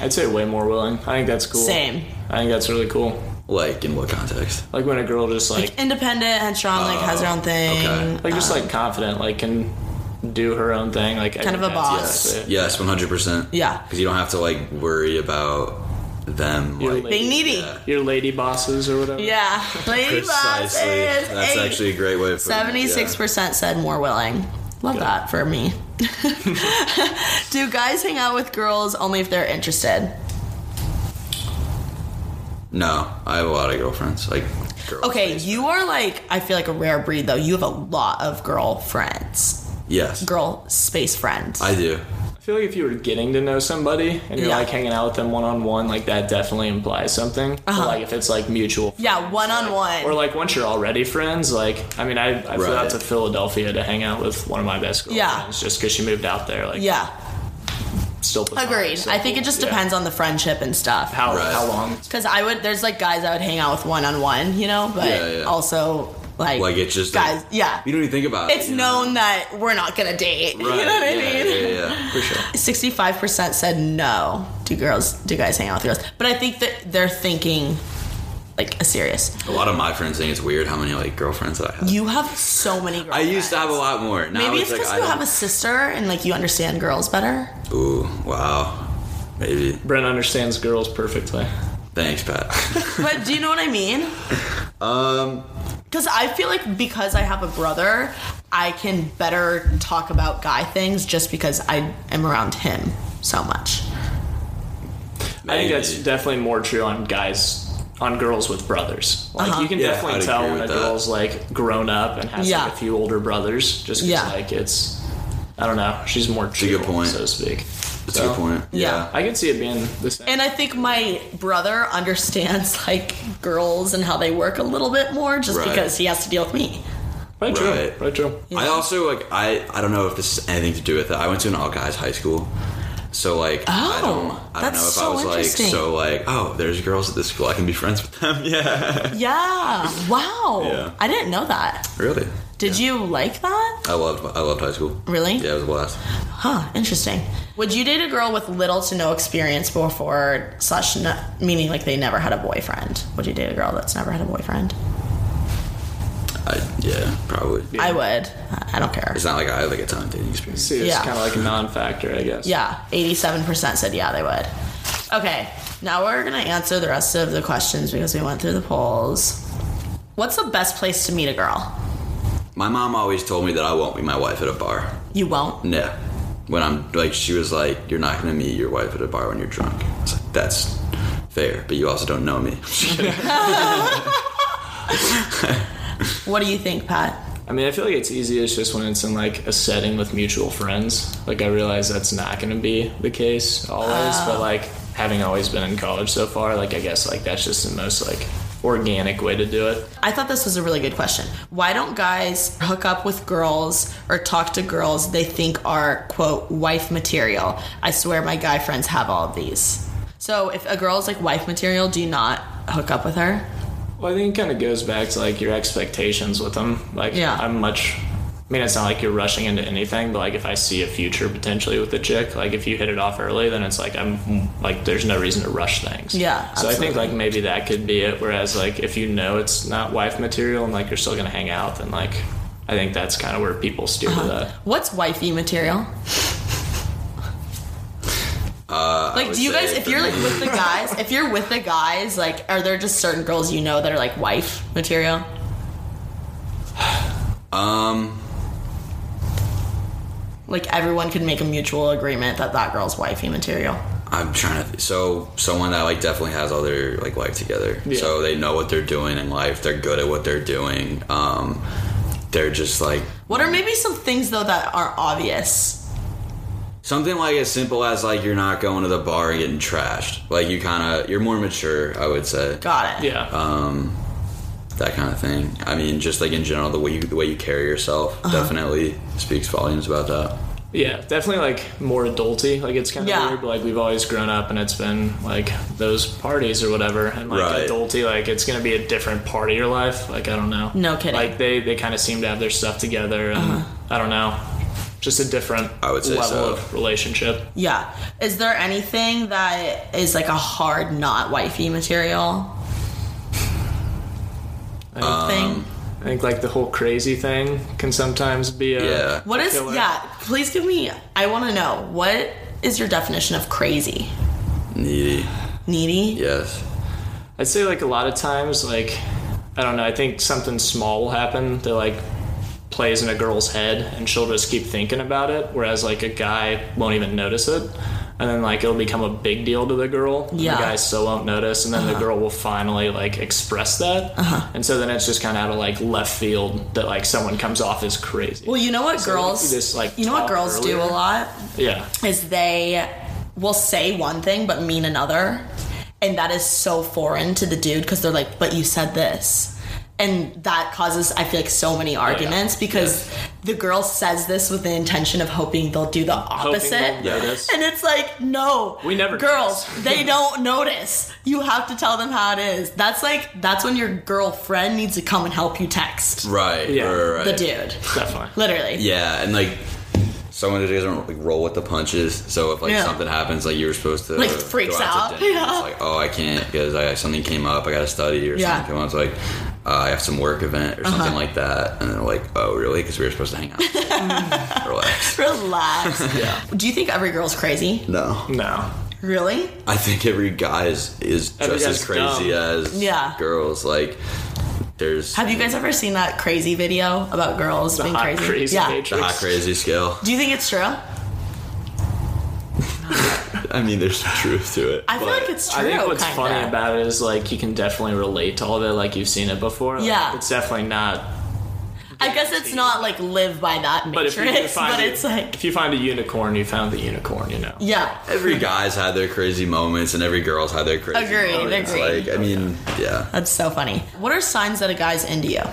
C: I'd say way more willing. I think that's cool.
E: Same.
C: I think that's really cool.
A: like in what context?
C: Like when a girl just like
E: Independent, headstrong, like has her own thing.
A: Oh, okay.
C: like just like confident, like can do her own thing, like I
E: uh, Kind
C: think
E: of a
C: that's
E: boss.
C: exactly it.
A: Yes, one hundred percent.
E: Yeah.
A: because you don't have to like worry about them.
C: Your
A: Like,
C: lady-
E: Being needy.
A: Yeah.
C: Your lady bosses or whatever.
E: Yeah, lady boss
A: precisely.
E: is
A: That's actually a great way. of putting it, yeah.
E: Seventy-six percent said more willing. Love that for me. *laughs* Do guys hang out with girls only if they're interested?
A: No, I have a lot of girlfriends. Like, girl.
E: Okay, you are like I feel like a rare breed though. You have a lot of girlfriends,
A: Yes.
E: girl space friends.
A: I do.
C: I feel like if you were getting to know somebody and you're
E: Yeah.
C: like hanging out with them one on one, like that definitely implies something. But,
E: Uh-huh.
C: like if it's like mutual
E: yeah, one on
C: Or
E: one.
C: like once you're already friends, like I mean, I, I flew
A: Right.
C: out to Philadelphia to hang out with one of my best girlfriends
E: Yeah.
C: just because she moved out there. Like,
E: Yeah,
C: still platonic,
E: agreed.
C: so
E: I think it just
C: yeah.
E: depends on the friendship and stuff.
C: how
A: Right.
C: how long.
E: Because I would, there's like guys I would hang out with one on one, you know, but
A: Yeah, yeah.
E: also like
A: Like, it's just
E: guys.
A: like-
E: yeah,
A: You don't even think about
E: it's
A: it. you know?
E: known that we're not gonna date. *laughs*
A: Right.
E: You know what
A: yeah,
E: I mean?
A: Yeah, yeah, for sure.
E: Sixty-five percent said no. Do girls? Do guys hang out with girls? But I think that they're thinking like a serious.
A: A lot of my friends think it's weird how many like girlfriends that I have.
E: You have so many. Girls.
A: I used to have a lot more. Now
E: Maybe it's
A: it's,
E: because
A: like
E: you
A: I
E: have a sister and like you understand girls better.
A: a. Ooh, wow. Maybe.
C: Brent understands girls perfectly.
A: Thanks, Pat. *laughs*
E: But do you know what I mean?
A: um,
E: Because I feel like because I have a brother, I can better talk about guy things just because I am around him so much.
C: I think that's
A: Maybe.
C: definitely more true on guys on girls with brothers. Like
E: Uh-huh.
C: you can
A: Yeah,
C: definitely
A: I'd
C: tell
A: agree
C: when a
A: with that.
C: girl's like grown up and has
E: Yeah.
C: like a few older brothers, just 'cause,
E: Yeah.
C: like it's I don't know, she's more true,
A: a good point.
C: so to speak.
A: that's a good point.
E: Yeah.
C: I can see it being the same.
E: And I think my brother understands *laughs* like girls and how they work a little bit more just
A: Right.
E: because he has to deal with me.
C: probably true.
A: Right.
C: Probably true.
A: I also like I I don't know if this has anything to do with it. I went to an all guys high school. So like I
E: Oh,
A: don't I don't
E: that's
A: know if
E: so
A: I was like
E: interesting.
A: so like oh there's girls at this school I can be friends with them *laughs* yeah
E: Yeah. Wow.
A: Yeah.
E: I didn't know that.
A: really
E: Did you like that?
A: I loved I loved high school
E: Really?
A: yeah it was a blast
E: Huh. Interesting. Would you date a girl with little to no experience before slash no, meaning like they never had a boyfriend? Would you date a girl that's never had a boyfriend?
A: I yeah probably
E: I would. I- I don't care.
A: it's not like I had like a ton of dating experience
C: See, it's
E: Yeah.
C: kind of like a non-factor, I guess.
E: Yeah, eighty-seven percent said yeah they would. Okay, now we're gonna answer the rest of the questions because we went through the polls. What's the best place to meet a girl?
A: my mom always told me that I won't be my wife at a bar
E: You won't.
A: no when I'm like she was like you're not gonna meet your wife at a bar when you're drunk I was like that's fair but you also don't know me
E: What do you think, Pat?
C: I mean, I feel like it's easiest just when it's in like a setting with mutual friends. Like I realize that's not going to be the case always,
E: Ah.
C: but like having always been in college so far, like I guess like that's just the most like organic way to do it.
E: I thought this was a really good question. Why don't guys hook up with girls or talk to girls they think are, quote, wife material? I swear my guy friends have all of these. So if a girl's like wife material, do you not hook up with her?
C: Well, I think it kind of goes back to like your expectations with them. Like,
E: Yeah.
C: I'm much. I mean, it's not like you're rushing into anything, but like if I see a future potentially with a chick, like if you hit it off early, then it's like I'm like there's no reason to rush things.
E: Yeah,
C: So I
E: absolutely.
C: think like maybe that could be it. Whereas like if you know it's not wife material and like you're still gonna hang out, then like I think that's kind of where people steer
E: Uh-huh.
C: to that.
E: What's wifey material?
A: Uh, I
E: Like,
A: would
E: do you
A: say
E: guys, if
A: for
E: you're like
A: me-
E: with the guys, if you're with the guys, like, are there just certain girls you know that are like wife material?
A: um,
E: Like, everyone could make a mutual agreement that that girl's wifey material.
A: I'm trying to. Th- so someone that like definitely has all their like life together.
C: Yeah.
A: So they know what they're doing in life. They're good at what they're doing. Um, they're just like
E: What are maybe some things, though, that are obvious?
A: something like as simple as like you're not going to the bar and getting trashed. Like you kind of you're more mature, I would say.
E: Got it.
C: Yeah.
A: Um, that kind of thing. I mean, just like in general, the way you the way you carry yourself
E: Uh-huh.
A: definitely speaks volumes about
E: Uh,
A: that.
C: Yeah, definitely like more adulty. Like it's kind of
E: Yeah.
C: weird, but like we've always grown up and it's been like those parties or whatever. And like
A: Right.
C: adulty, like it's going to be a different part of your life. Like I don't know.
E: No kidding. Uh-huh.
C: Like they they kind of seem to have their stuff together and I don't know. Just a different
A: I would say
C: level
A: so.
C: of relationship.
E: Yeah. Is there anything that is like a hard not wifey material
C: I think,
E: thing?
C: I think like the whole crazy thing can sometimes be a
A: Yeah.
E: What is
C: killer.
E: yeah, please give me I wanna know, what is your definition of crazy?
A: Needy,
E: Needy?
A: yes.
C: I'd say like a lot of times, like I don't know. I think something small will happen that like plays in a girl's head, and she'll just keep thinking about it. Whereas like a guy won't even notice it, and then like it'll become a big deal to the girl. and
E: Yeah. Uh-huh.
C: the guy still won't notice, and then the girl will finally like express that. Uh-huh. And so then it's just kind of out of like left field that like someone comes off as crazy.
E: Well you know what
C: we
E: girls
C: do this, like,
E: you know what
C: talk
E: girls do a
C: earlier.
E: lot?
C: yeah,
E: Is they will say one thing but mean another. And that is so foreign to the dude because they're like, but you said this. And that causes, I feel like, so many arguments because the girl says this with the intention of hoping they'll do the
C: Hoping
E: opposite.
C: they'll notice.
E: And it's like, no,
C: We never
E: girls. they don't notice. You have to tell them how it is. That's like that's when your girlfriend needs to come and help you text
A: Right.
C: Yeah.
A: Right. right.
E: the dude.
C: definitely.
E: Literally.
A: Yeah, and like someone that doesn't like, roll with the punches. So if like
E: Yeah.
A: something happens, like you were supposed to
E: Like, freaks out,
A: dinner,
E: yeah.
A: It's like oh, I can't because I something came up. I got to study or
E: Yeah.
A: something came up. It's like uh, I have some work event or something
E: Uh-huh.
A: like that, and they're like oh really? Because we were supposed to hang out.
E: *laughs*
A: Relax.
E: Relax. *laughs* Do you think every girl's crazy?
A: No,
C: No,
E: Really?
A: I think every guy is, is
C: Every
A: just as
C: guy's
A: crazy as
E: Yeah.
A: girls. Like there's
E: Have you guys ever seen that crazy video about girls being
C: hot
E: crazy?
C: crazy,
E: yeah.
A: the hot crazy scale.
E: Do you think it's true?
A: I mean, there's some truth to it.
E: I feel
A: but-
E: like it's true.
C: I think what's
E: kinda.
C: funny about it is like you can definitely relate to all of it, like you've seen it before. Like,
E: Yeah.
C: it's definitely not.
E: I guess it's not like live by that
C: But
E: matrix, *laughs*
C: if you
E: but,
C: can find it-
E: it's like
C: if you find a unicorn, you found the unicorn. You know.
E: yeah.
A: every guy's had their crazy moments and every girl's had their crazy
E: Agreed,
A: moments.
E: agreed.
A: Like, I mean, yeah.
E: That's so funny. What are signs that a guy's into you?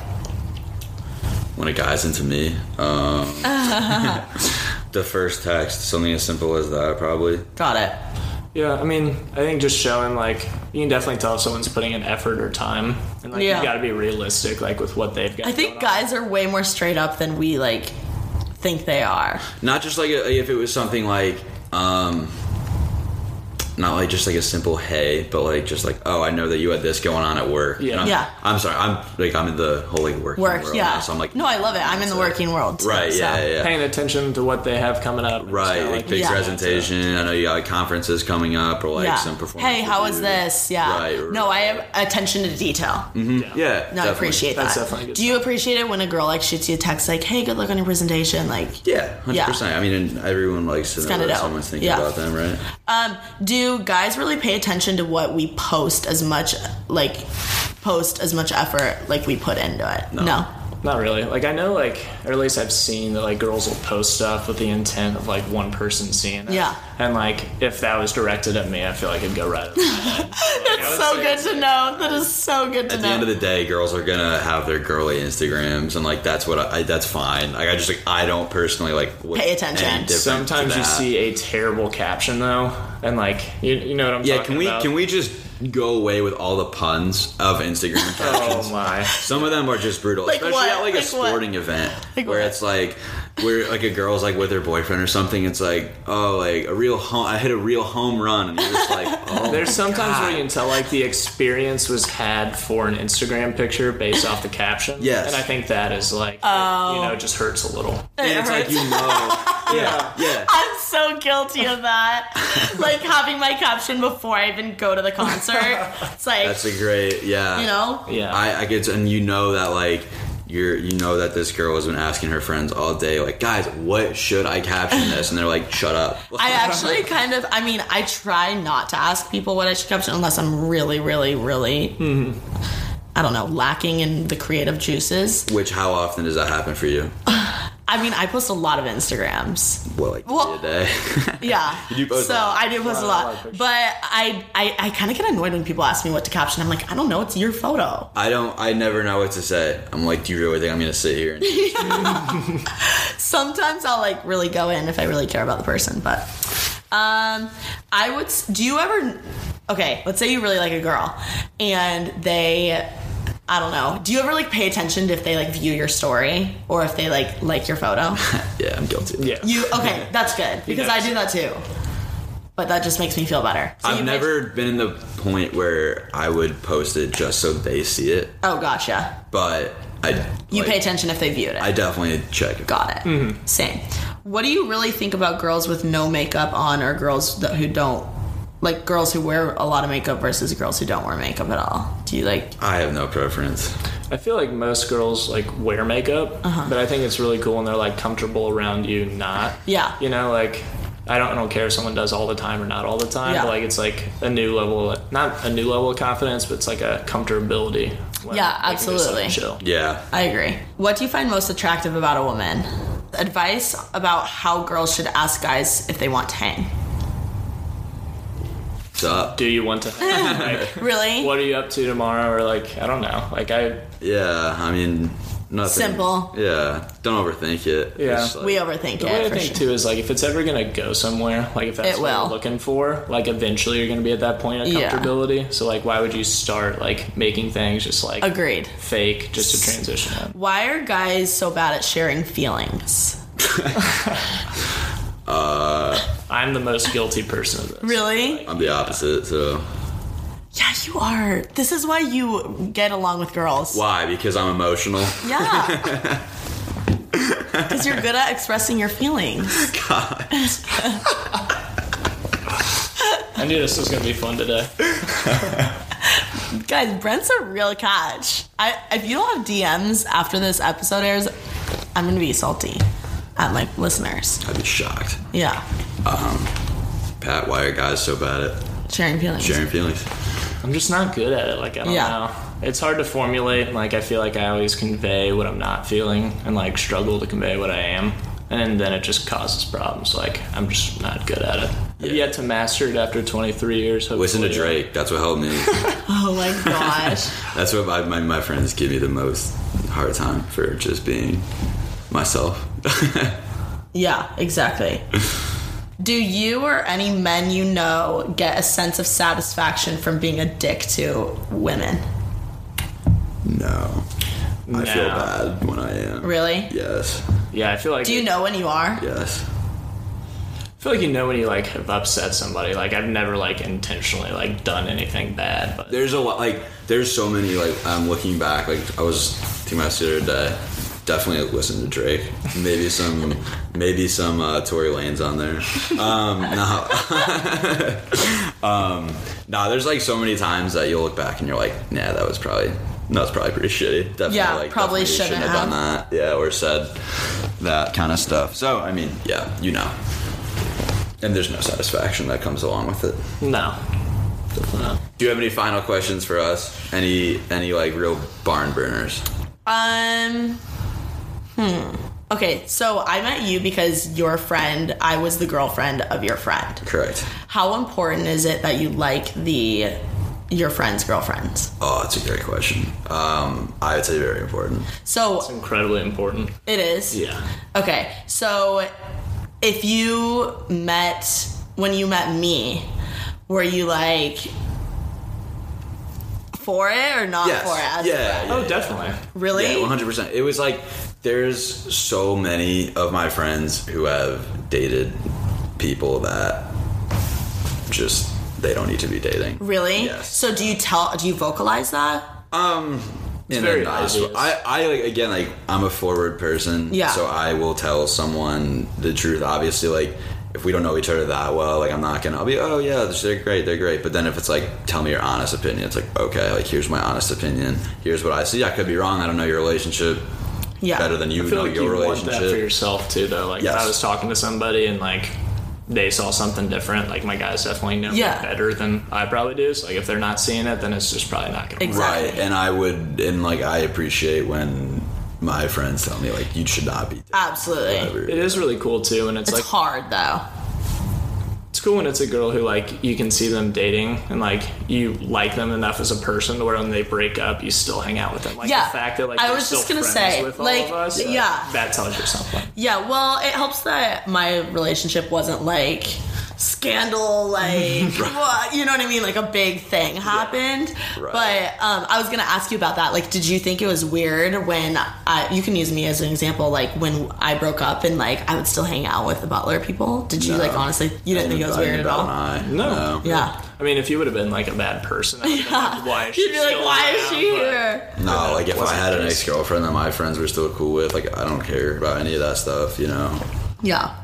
A: When a guy's into me,
E: *laughs*
A: um, the first text, something as simple as that, probably.
E: Got it.
C: Yeah, I mean, I think just showing like you can definitely tell if someone's putting in effort or time, and like
E: Yeah.
C: you got to be realistic like with what they've got.
E: I think guys are way more straight up than we like think they are.
A: Not just like a, if it was something like, um, not like just like a simple hey, but like just like oh, I know that you had this going on at work.
C: Yeah.
A: And I'm,
E: Yeah.
A: I'm sorry. I'm like I'm in the whole like working
E: Work,
A: world
E: yeah.
A: now, so I'm like
E: no, I love it. I'm in the
A: that's
E: working world. too,
A: Right.
E: so.
A: Yeah. Yeah.
C: paying attention to what they have coming up. and
A: Right,
C: just kinda,
A: like big
E: Yeah.
A: presentation. I know you got conferences coming up or like
E: Yeah.
A: some performance.
E: Hey, how was
A: review.
E: this? Yeah.
A: Right, right,
E: no, I
A: right.
E: have attention to detail.
A: Yeah,
E: No, I
A: definitely.
E: appreciate
C: That's
E: that.
C: definitely a good
E: Do you appreciate it when a girl like shoots you a text like, "Hey, good luck on your presentation"? Like,
A: Yeah, hundred
E: Yeah.
A: percent. I mean, and everyone likes to know
E: kinda
A: that
E: dope.
A: someone's thinking
E: Yeah.
A: about them, right?
E: Um, do guys really pay attention to what we post as much like post as much effort like we put into it? No.
C: Not really. Like I know, like or at least I've seen that like girls will post stuff with the intent of like one person seeing it.
E: Yeah.
C: And like if that was directed at me, I feel like it'd go right.
E: *laughs* That's so good to know. That is so good to
A: At
E: know.
A: the end of the day, girls are gonna have their girly Instagrams, and like that's what I, I- that's fine. Like I just like I don't personally like look
E: Pay attention.
A: any different
C: Sometimes
A: to
C: you
A: that.
C: see a terrible caption though, and like you, you know what I'm
A: Yeah,
C: talking
A: can we
C: about.
A: can we just go away with all the puns of
C: *laughs*
A: Instagram captions?
C: Oh my.
A: Some of them are just brutal,
E: Like
A: especially
E: what?
A: at like, a
E: Like what?
A: sporting event
E: *laughs* Like
A: where
E: what?
A: it's like where like a girl's like with her boyfriend or something. It's like oh like a real home. I hit a real home run, and you're just like
E: *laughs*
A: oh.
C: There's sometimes
A: God.
C: where you can tell like the experience was had for an Instagram picture based off the caption.
A: Yes.
C: And I think that is like
E: Oh.
C: you know, it just hurts a little.
A: and it's like you know,
C: *laughs*
A: yeah, yeah.
E: *laughs* I'm so guilty of
A: *laughs*
E: that. like having my caption before I even go to
A: *laughs*
E: the concert. It's like
A: That's a great yeah.
E: you know.
C: Yeah.
A: I, I get and you know that like you're you know that this girl has been asking her friends all day like guys what should I
E: *laughs*
A: caption this and they're like shut up
E: I actually kind of, I mean, I try not to ask people what I should caption unless I'm really, really, really, I don't know, lacking in the creative juices.
A: *laughs* which how often does that happen for you
E: I mean, I post a lot of Instagrams.
A: well like
E: Well-
A: three a day *laughs*
E: Yeah.
A: do post a
E: so
A: lot.
E: I do post a
C: a lot of
E: lot.
C: pictures.
E: But I, I, I kind of get annoyed when people ask me what to caption. I'm like, I don't know, it's your photo.
A: I don't I never know what to say I'm like do you really think I'm gonna sit
E: *laughs*
A: here and
E: Sometimes I'll like really go in if I really care about the person, but um I would s- do you ever Okay, let's say you really like a girl and they I don't know. Do you ever like pay attention to if they like view your story or if they like like
A: *laughs*
E: your photo?
A: yeah I'm guilty
C: Yeah.
E: You okay, that's good because I do that too. But that just makes me feel better. So
A: I've
E: you pay-
A: never been in the point where I would post it just so they see it
E: Oh gosh, yeah.
A: but I
E: You
A: like,
E: pay attention if they viewed it.
A: I definitely check it
E: Got it.
C: Mm-hmm.
E: Same. What do you really think about girls with no makeup on or girls that, who don't? Like girls who wear a lot of makeup versus girls who don't wear makeup at all. Do you like?
A: I have no preference
C: I feel like most girls like wear makeup,
E: Uh-huh.
C: but I think it's really cool when they're like comfortable around you not.
E: Yeah.
C: You know, like I don't I don't care if someone does all the time or not all the time.
E: Yeah.
C: But, like it's like a new level, not a new level of confidence, but it's like a comfortability. when
E: Yeah,
C: they can just, like,
E: absolutely.
C: chill.
A: yeah
E: I agree. What do you find most attractive about a woman? Advice about how girls should ask guys if they want to
C: *laughs*
E: hang.
A: what's up
C: Do you
E: *laughs*
C: want to? Like,
E: Really?
C: what are you up to tomorrow? Or like I don't know. Like I
A: Yeah, I mean, nothing.
E: Simple.
A: Yeah, don't overthink it.
C: Yeah.
A: Just, like,
E: we overthink
C: The way
E: it.
C: I
E: For
C: think
E: sure.
C: too is like if it's ever gonna go somewhere, like if that's
E: It
C: what
E: will.
C: you're looking for, like eventually you're gonna be at that point of
E: Yeah.
C: comfortability. So like why would you start like making things just like
E: Agreed.
C: fake just to transition them?
E: Why are guys so bad at sharing feelings?
C: I'm the most guilty person of this.
E: Really?
A: I'm the opposite. So
E: Yeah, you are. This is why you get along with girls.
A: why? Because I'm emotional.
E: Yeah. *laughs* Because you're good at expressing your feelings.
C: I knew this was gonna be fun today.
E: Guys, Brent's a real catch. I if you don't have DMs after this episode airs, I'm gonna be salty at my listeners.
A: I'd be shocked.
E: Yeah.
A: Pat, why are guys so bad at
E: Sharing feelings.
A: sharing feelings?
C: I'm just not good at it. Like I don't
E: Yeah.
C: know. It's hard to formulate. Like I feel like I always convey what I'm not feeling and like struggle to convey what I am. And then it just causes problems. Like I'm just not good at it. I've
A: Yeah.
C: yet to master it after 23 years. Hopefully.
A: Listen to Drake. That's what helped
C: *laughs*
A: me.
E: Oh my gosh.
A: That's what my, my my friends give me the most hard time for just being myself. *laughs*
E: yeah, exactly. Do you or any men you know get a sense of satisfaction from being a dick to women?
A: no, I feel
C: No.
A: bad when I am.
E: Really?
A: Yes.
C: Yeah, I feel like
E: Do you know when you are?
A: Yes.
C: I feel like you know when you like have upset somebody. Like I've never like intentionally like done anything bad, but
A: there's a lot like there's so many like I'm looking back like I was thinking about this the other day definitely listen to Drake maybe some maybe some uh, Tory Lanes on there um *laughs* no *laughs* um no there's like so many times that you'll look back and you're like nah that was probably no it's probably pretty shitty definitely
E: Yeah,
A: like
E: probably
A: definitely
E: shouldn't
A: have done that yeah or said that kind of stuff so I mean yeah you know and there's no satisfaction that comes along with it
C: no. Definitely not.
A: do you have any final questions for us? Any any like real barn burners?
E: Um. Hmm. Okay, so I met you because your friend, I was the girlfriend of your friend.
A: Correct.
E: How important is it that you like the your friend's girlfriends?
A: Oh, that's a great question. Um, I would say very important.
E: So
C: Incredibly important.
E: it is.
C: Yeah.
E: Okay, so if you met when you met me, were you like for it or not
A: Yes.
E: for it? As a
A: yeah,
E: friend?
A: yeah.
C: Oh, definitely.
E: Really?
A: Yeah, 100%. It was like there's so many of my friends who have dated people that just they don't need to be dating.
E: Really?
A: Yes.
E: So do you tell? Do you vocalize that?
A: in
C: very
A: a nice
C: obvious.
A: way. I, I like again like I'm a forward person.
E: Yeah.
A: So I will tell someone the truth. Obviously, like if we don't know each other that well, like I'm not gonna I'll be oh yeah they're great they're great. But then if it's like tell me your honest opinion, it's like okay like here's my honest opinion. Here's what I see. I could be wrong. I don't know your relationship
E: Yeah.
A: better than you
C: I feel
A: know
C: like
A: your
C: you want
A: relationship.
C: that for yourself too, though. Like if
A: Yes.
C: I was talking to somebody and like they saw something different, like my guys definitely know me
E: Yeah.
C: better than I probably do. So like if they're not seeing it, then it's just probably not gonna. work.
E: Exactly.
A: Right, and I would, and like I appreciate when my friends tell me like you should not be. dating
E: Ah, Absolutely.
A: whatever.
C: It is really cool too, and it's,
E: It's
C: like
E: hard though.
C: it's cool when it's a girl who like you can see them dating and like you like them enough as a person to where when they break up, you still hang out with them. Like
E: Yeah.
C: the fact that like
E: I
C: you're
E: was just
C: still
E: gonna
C: friends
E: say,
C: with all
E: like,
C: of us, like,
E: yeah.
C: that tells you something.
E: Yeah. Well, it helps that my relationship wasn't like
A: *laughs*
E: scandal, like well, you know what I mean, like a big thing happened.
A: Right.
E: But um, I was gonna ask you about that. Like, did you think it was weird when I, you can use me as an example? Like when I broke up and like I would still hang out with the Butler people. Did you
A: No.
E: like honestly? You didn't think it was
A: Not
E: weird
A: even
E: at
A: about
E: all?
A: an eye.
C: No.
E: Yeah.
C: I mean, if you would have been like a bad person, I would have been like, why is she
E: You'd be like,
C: still
E: why is
C: around?"
E: she
C: But-
E: here?
A: No, like if I
C: Wasn't
A: had an
C: nice.
A: ex girlfriend that my friends were still cool with, like I don't care about any of that stuff, you know.
E: Yeah.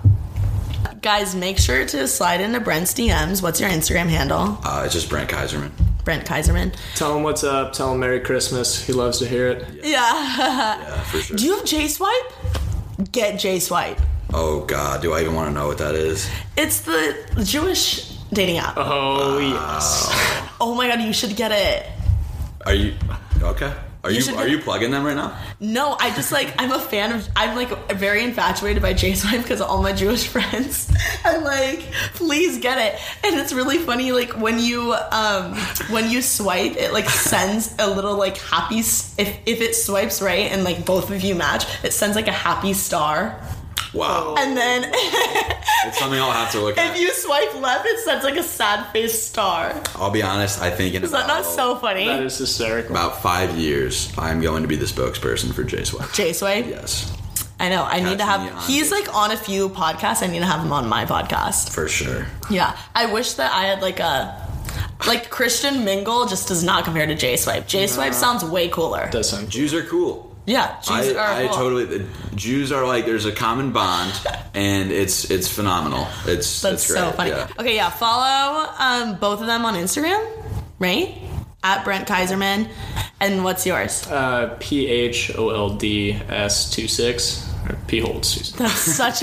E: Guys, make sure to slide into Brent's DMs. What's your Instagram handle?
A: Uh, it's just Brent Kaiserman.
E: Brent Kaiserman.
C: Tell him what's up. Tell him Merry Christmas. He loves to hear it.
E: Yeah. *laughs*
A: Yeah, for sure.
E: Do you have J Swipe? Get J Swipe.
A: oh God, do I even want to know what that is?
E: It's the Jewish dating app.
C: Oh yes.
E: Oh my god, you should get it.
A: Are you okay? Are you,
E: should
A: are
E: get-
A: you plugging them right now?
E: No, I just like I'm a fan of I'm like very infatuated by J Swipe because all my Jewish *laughs* friends. I'm like, please get it. And it's really funny, like when you um when you swipe, it like sends a little like happy s- if if it swipes right and like both of you match, it sends like a happy star.
A: Wow,
E: And then *laughs*
A: it's something I'll have to look
E: Oh. if
A: at.
E: you swipe left, it sends like a sad face star.
A: I'll be honest. I think in
E: Is that
A: about,
E: not so
C: That
E: funny?
C: is hysterical.
A: about five years, I'm going to be the spokesperson for J Swipe.
E: J Swipe.
A: Yes,
E: I know. I need to
A: Catch me
E: have.
A: on
E: He's
A: J
E: like on a few podcasts. I need to have him on my podcast.
A: for sure.
E: Yeah, I wish that I had like a like Christian Mingle just does not compare to J Swipe. J Swipe sounds way cooler.
C: Does sound
A: Jews are cool.
E: Yeah,
A: I,
E: Jews are
A: I
E: cool.
A: totally. the Jews are like there's a common bond, and it's it's phenomenal. It's
E: That's
A: it's great.
E: so funny.
A: Yeah.
E: Okay, yeah, follow um, both of them on Instagram, right? At Brent Kaiserman, and what's yours?
C: uh, P H O L D S two six or P Holds two
E: *laughs*
C: six.
E: Such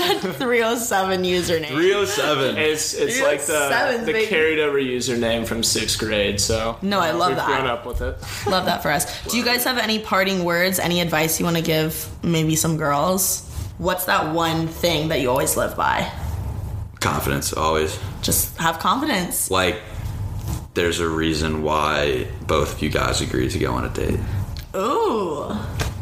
A: *laughs*
E: a 307 username.
A: 307.
C: It's it's
E: You're
C: like the
E: seven,
C: the
E: baby.
C: carried over username from sixth grade. So
E: No, I love
C: we've
E: that.
C: grown up with it.
E: Love that for us. Do you guys have any parting words? Any advice you want to give? Maybe some girls. What's that one thing that you always live by?
A: Confidence always.
E: Just have confidence.
A: Like there's a reason why both of you guys agreed to go on a date.
E: Ooh,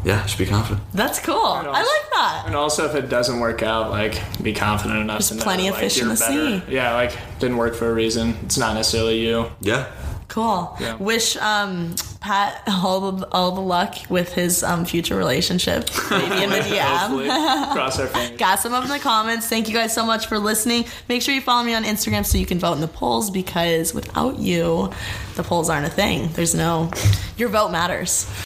A: Yeah, just be confident.
E: that's cool. I
C: also-
E: like that.
C: And also, if it doesn't work out, like be confident enough. to know,
E: plenty of
C: like,
E: fish in
C: you're
E: the
C: better.
E: sea.
C: Yeah, like didn't work for a reason. It's not necessarily you.
A: Yeah.
E: Cool.
C: Yeah.
E: Wish um, Pat all the, all the luck with his um, future relationship. Maybe in
C: *laughs*
E: the *laughs*
C: Hopefully,
E: DM.
C: cross our fingers.
E: Got some up in the comments. Thank you guys so much for listening. Make sure you follow me on Instagram so you can vote in the polls because without you, the polls aren't a thing. There's no, your vote matters.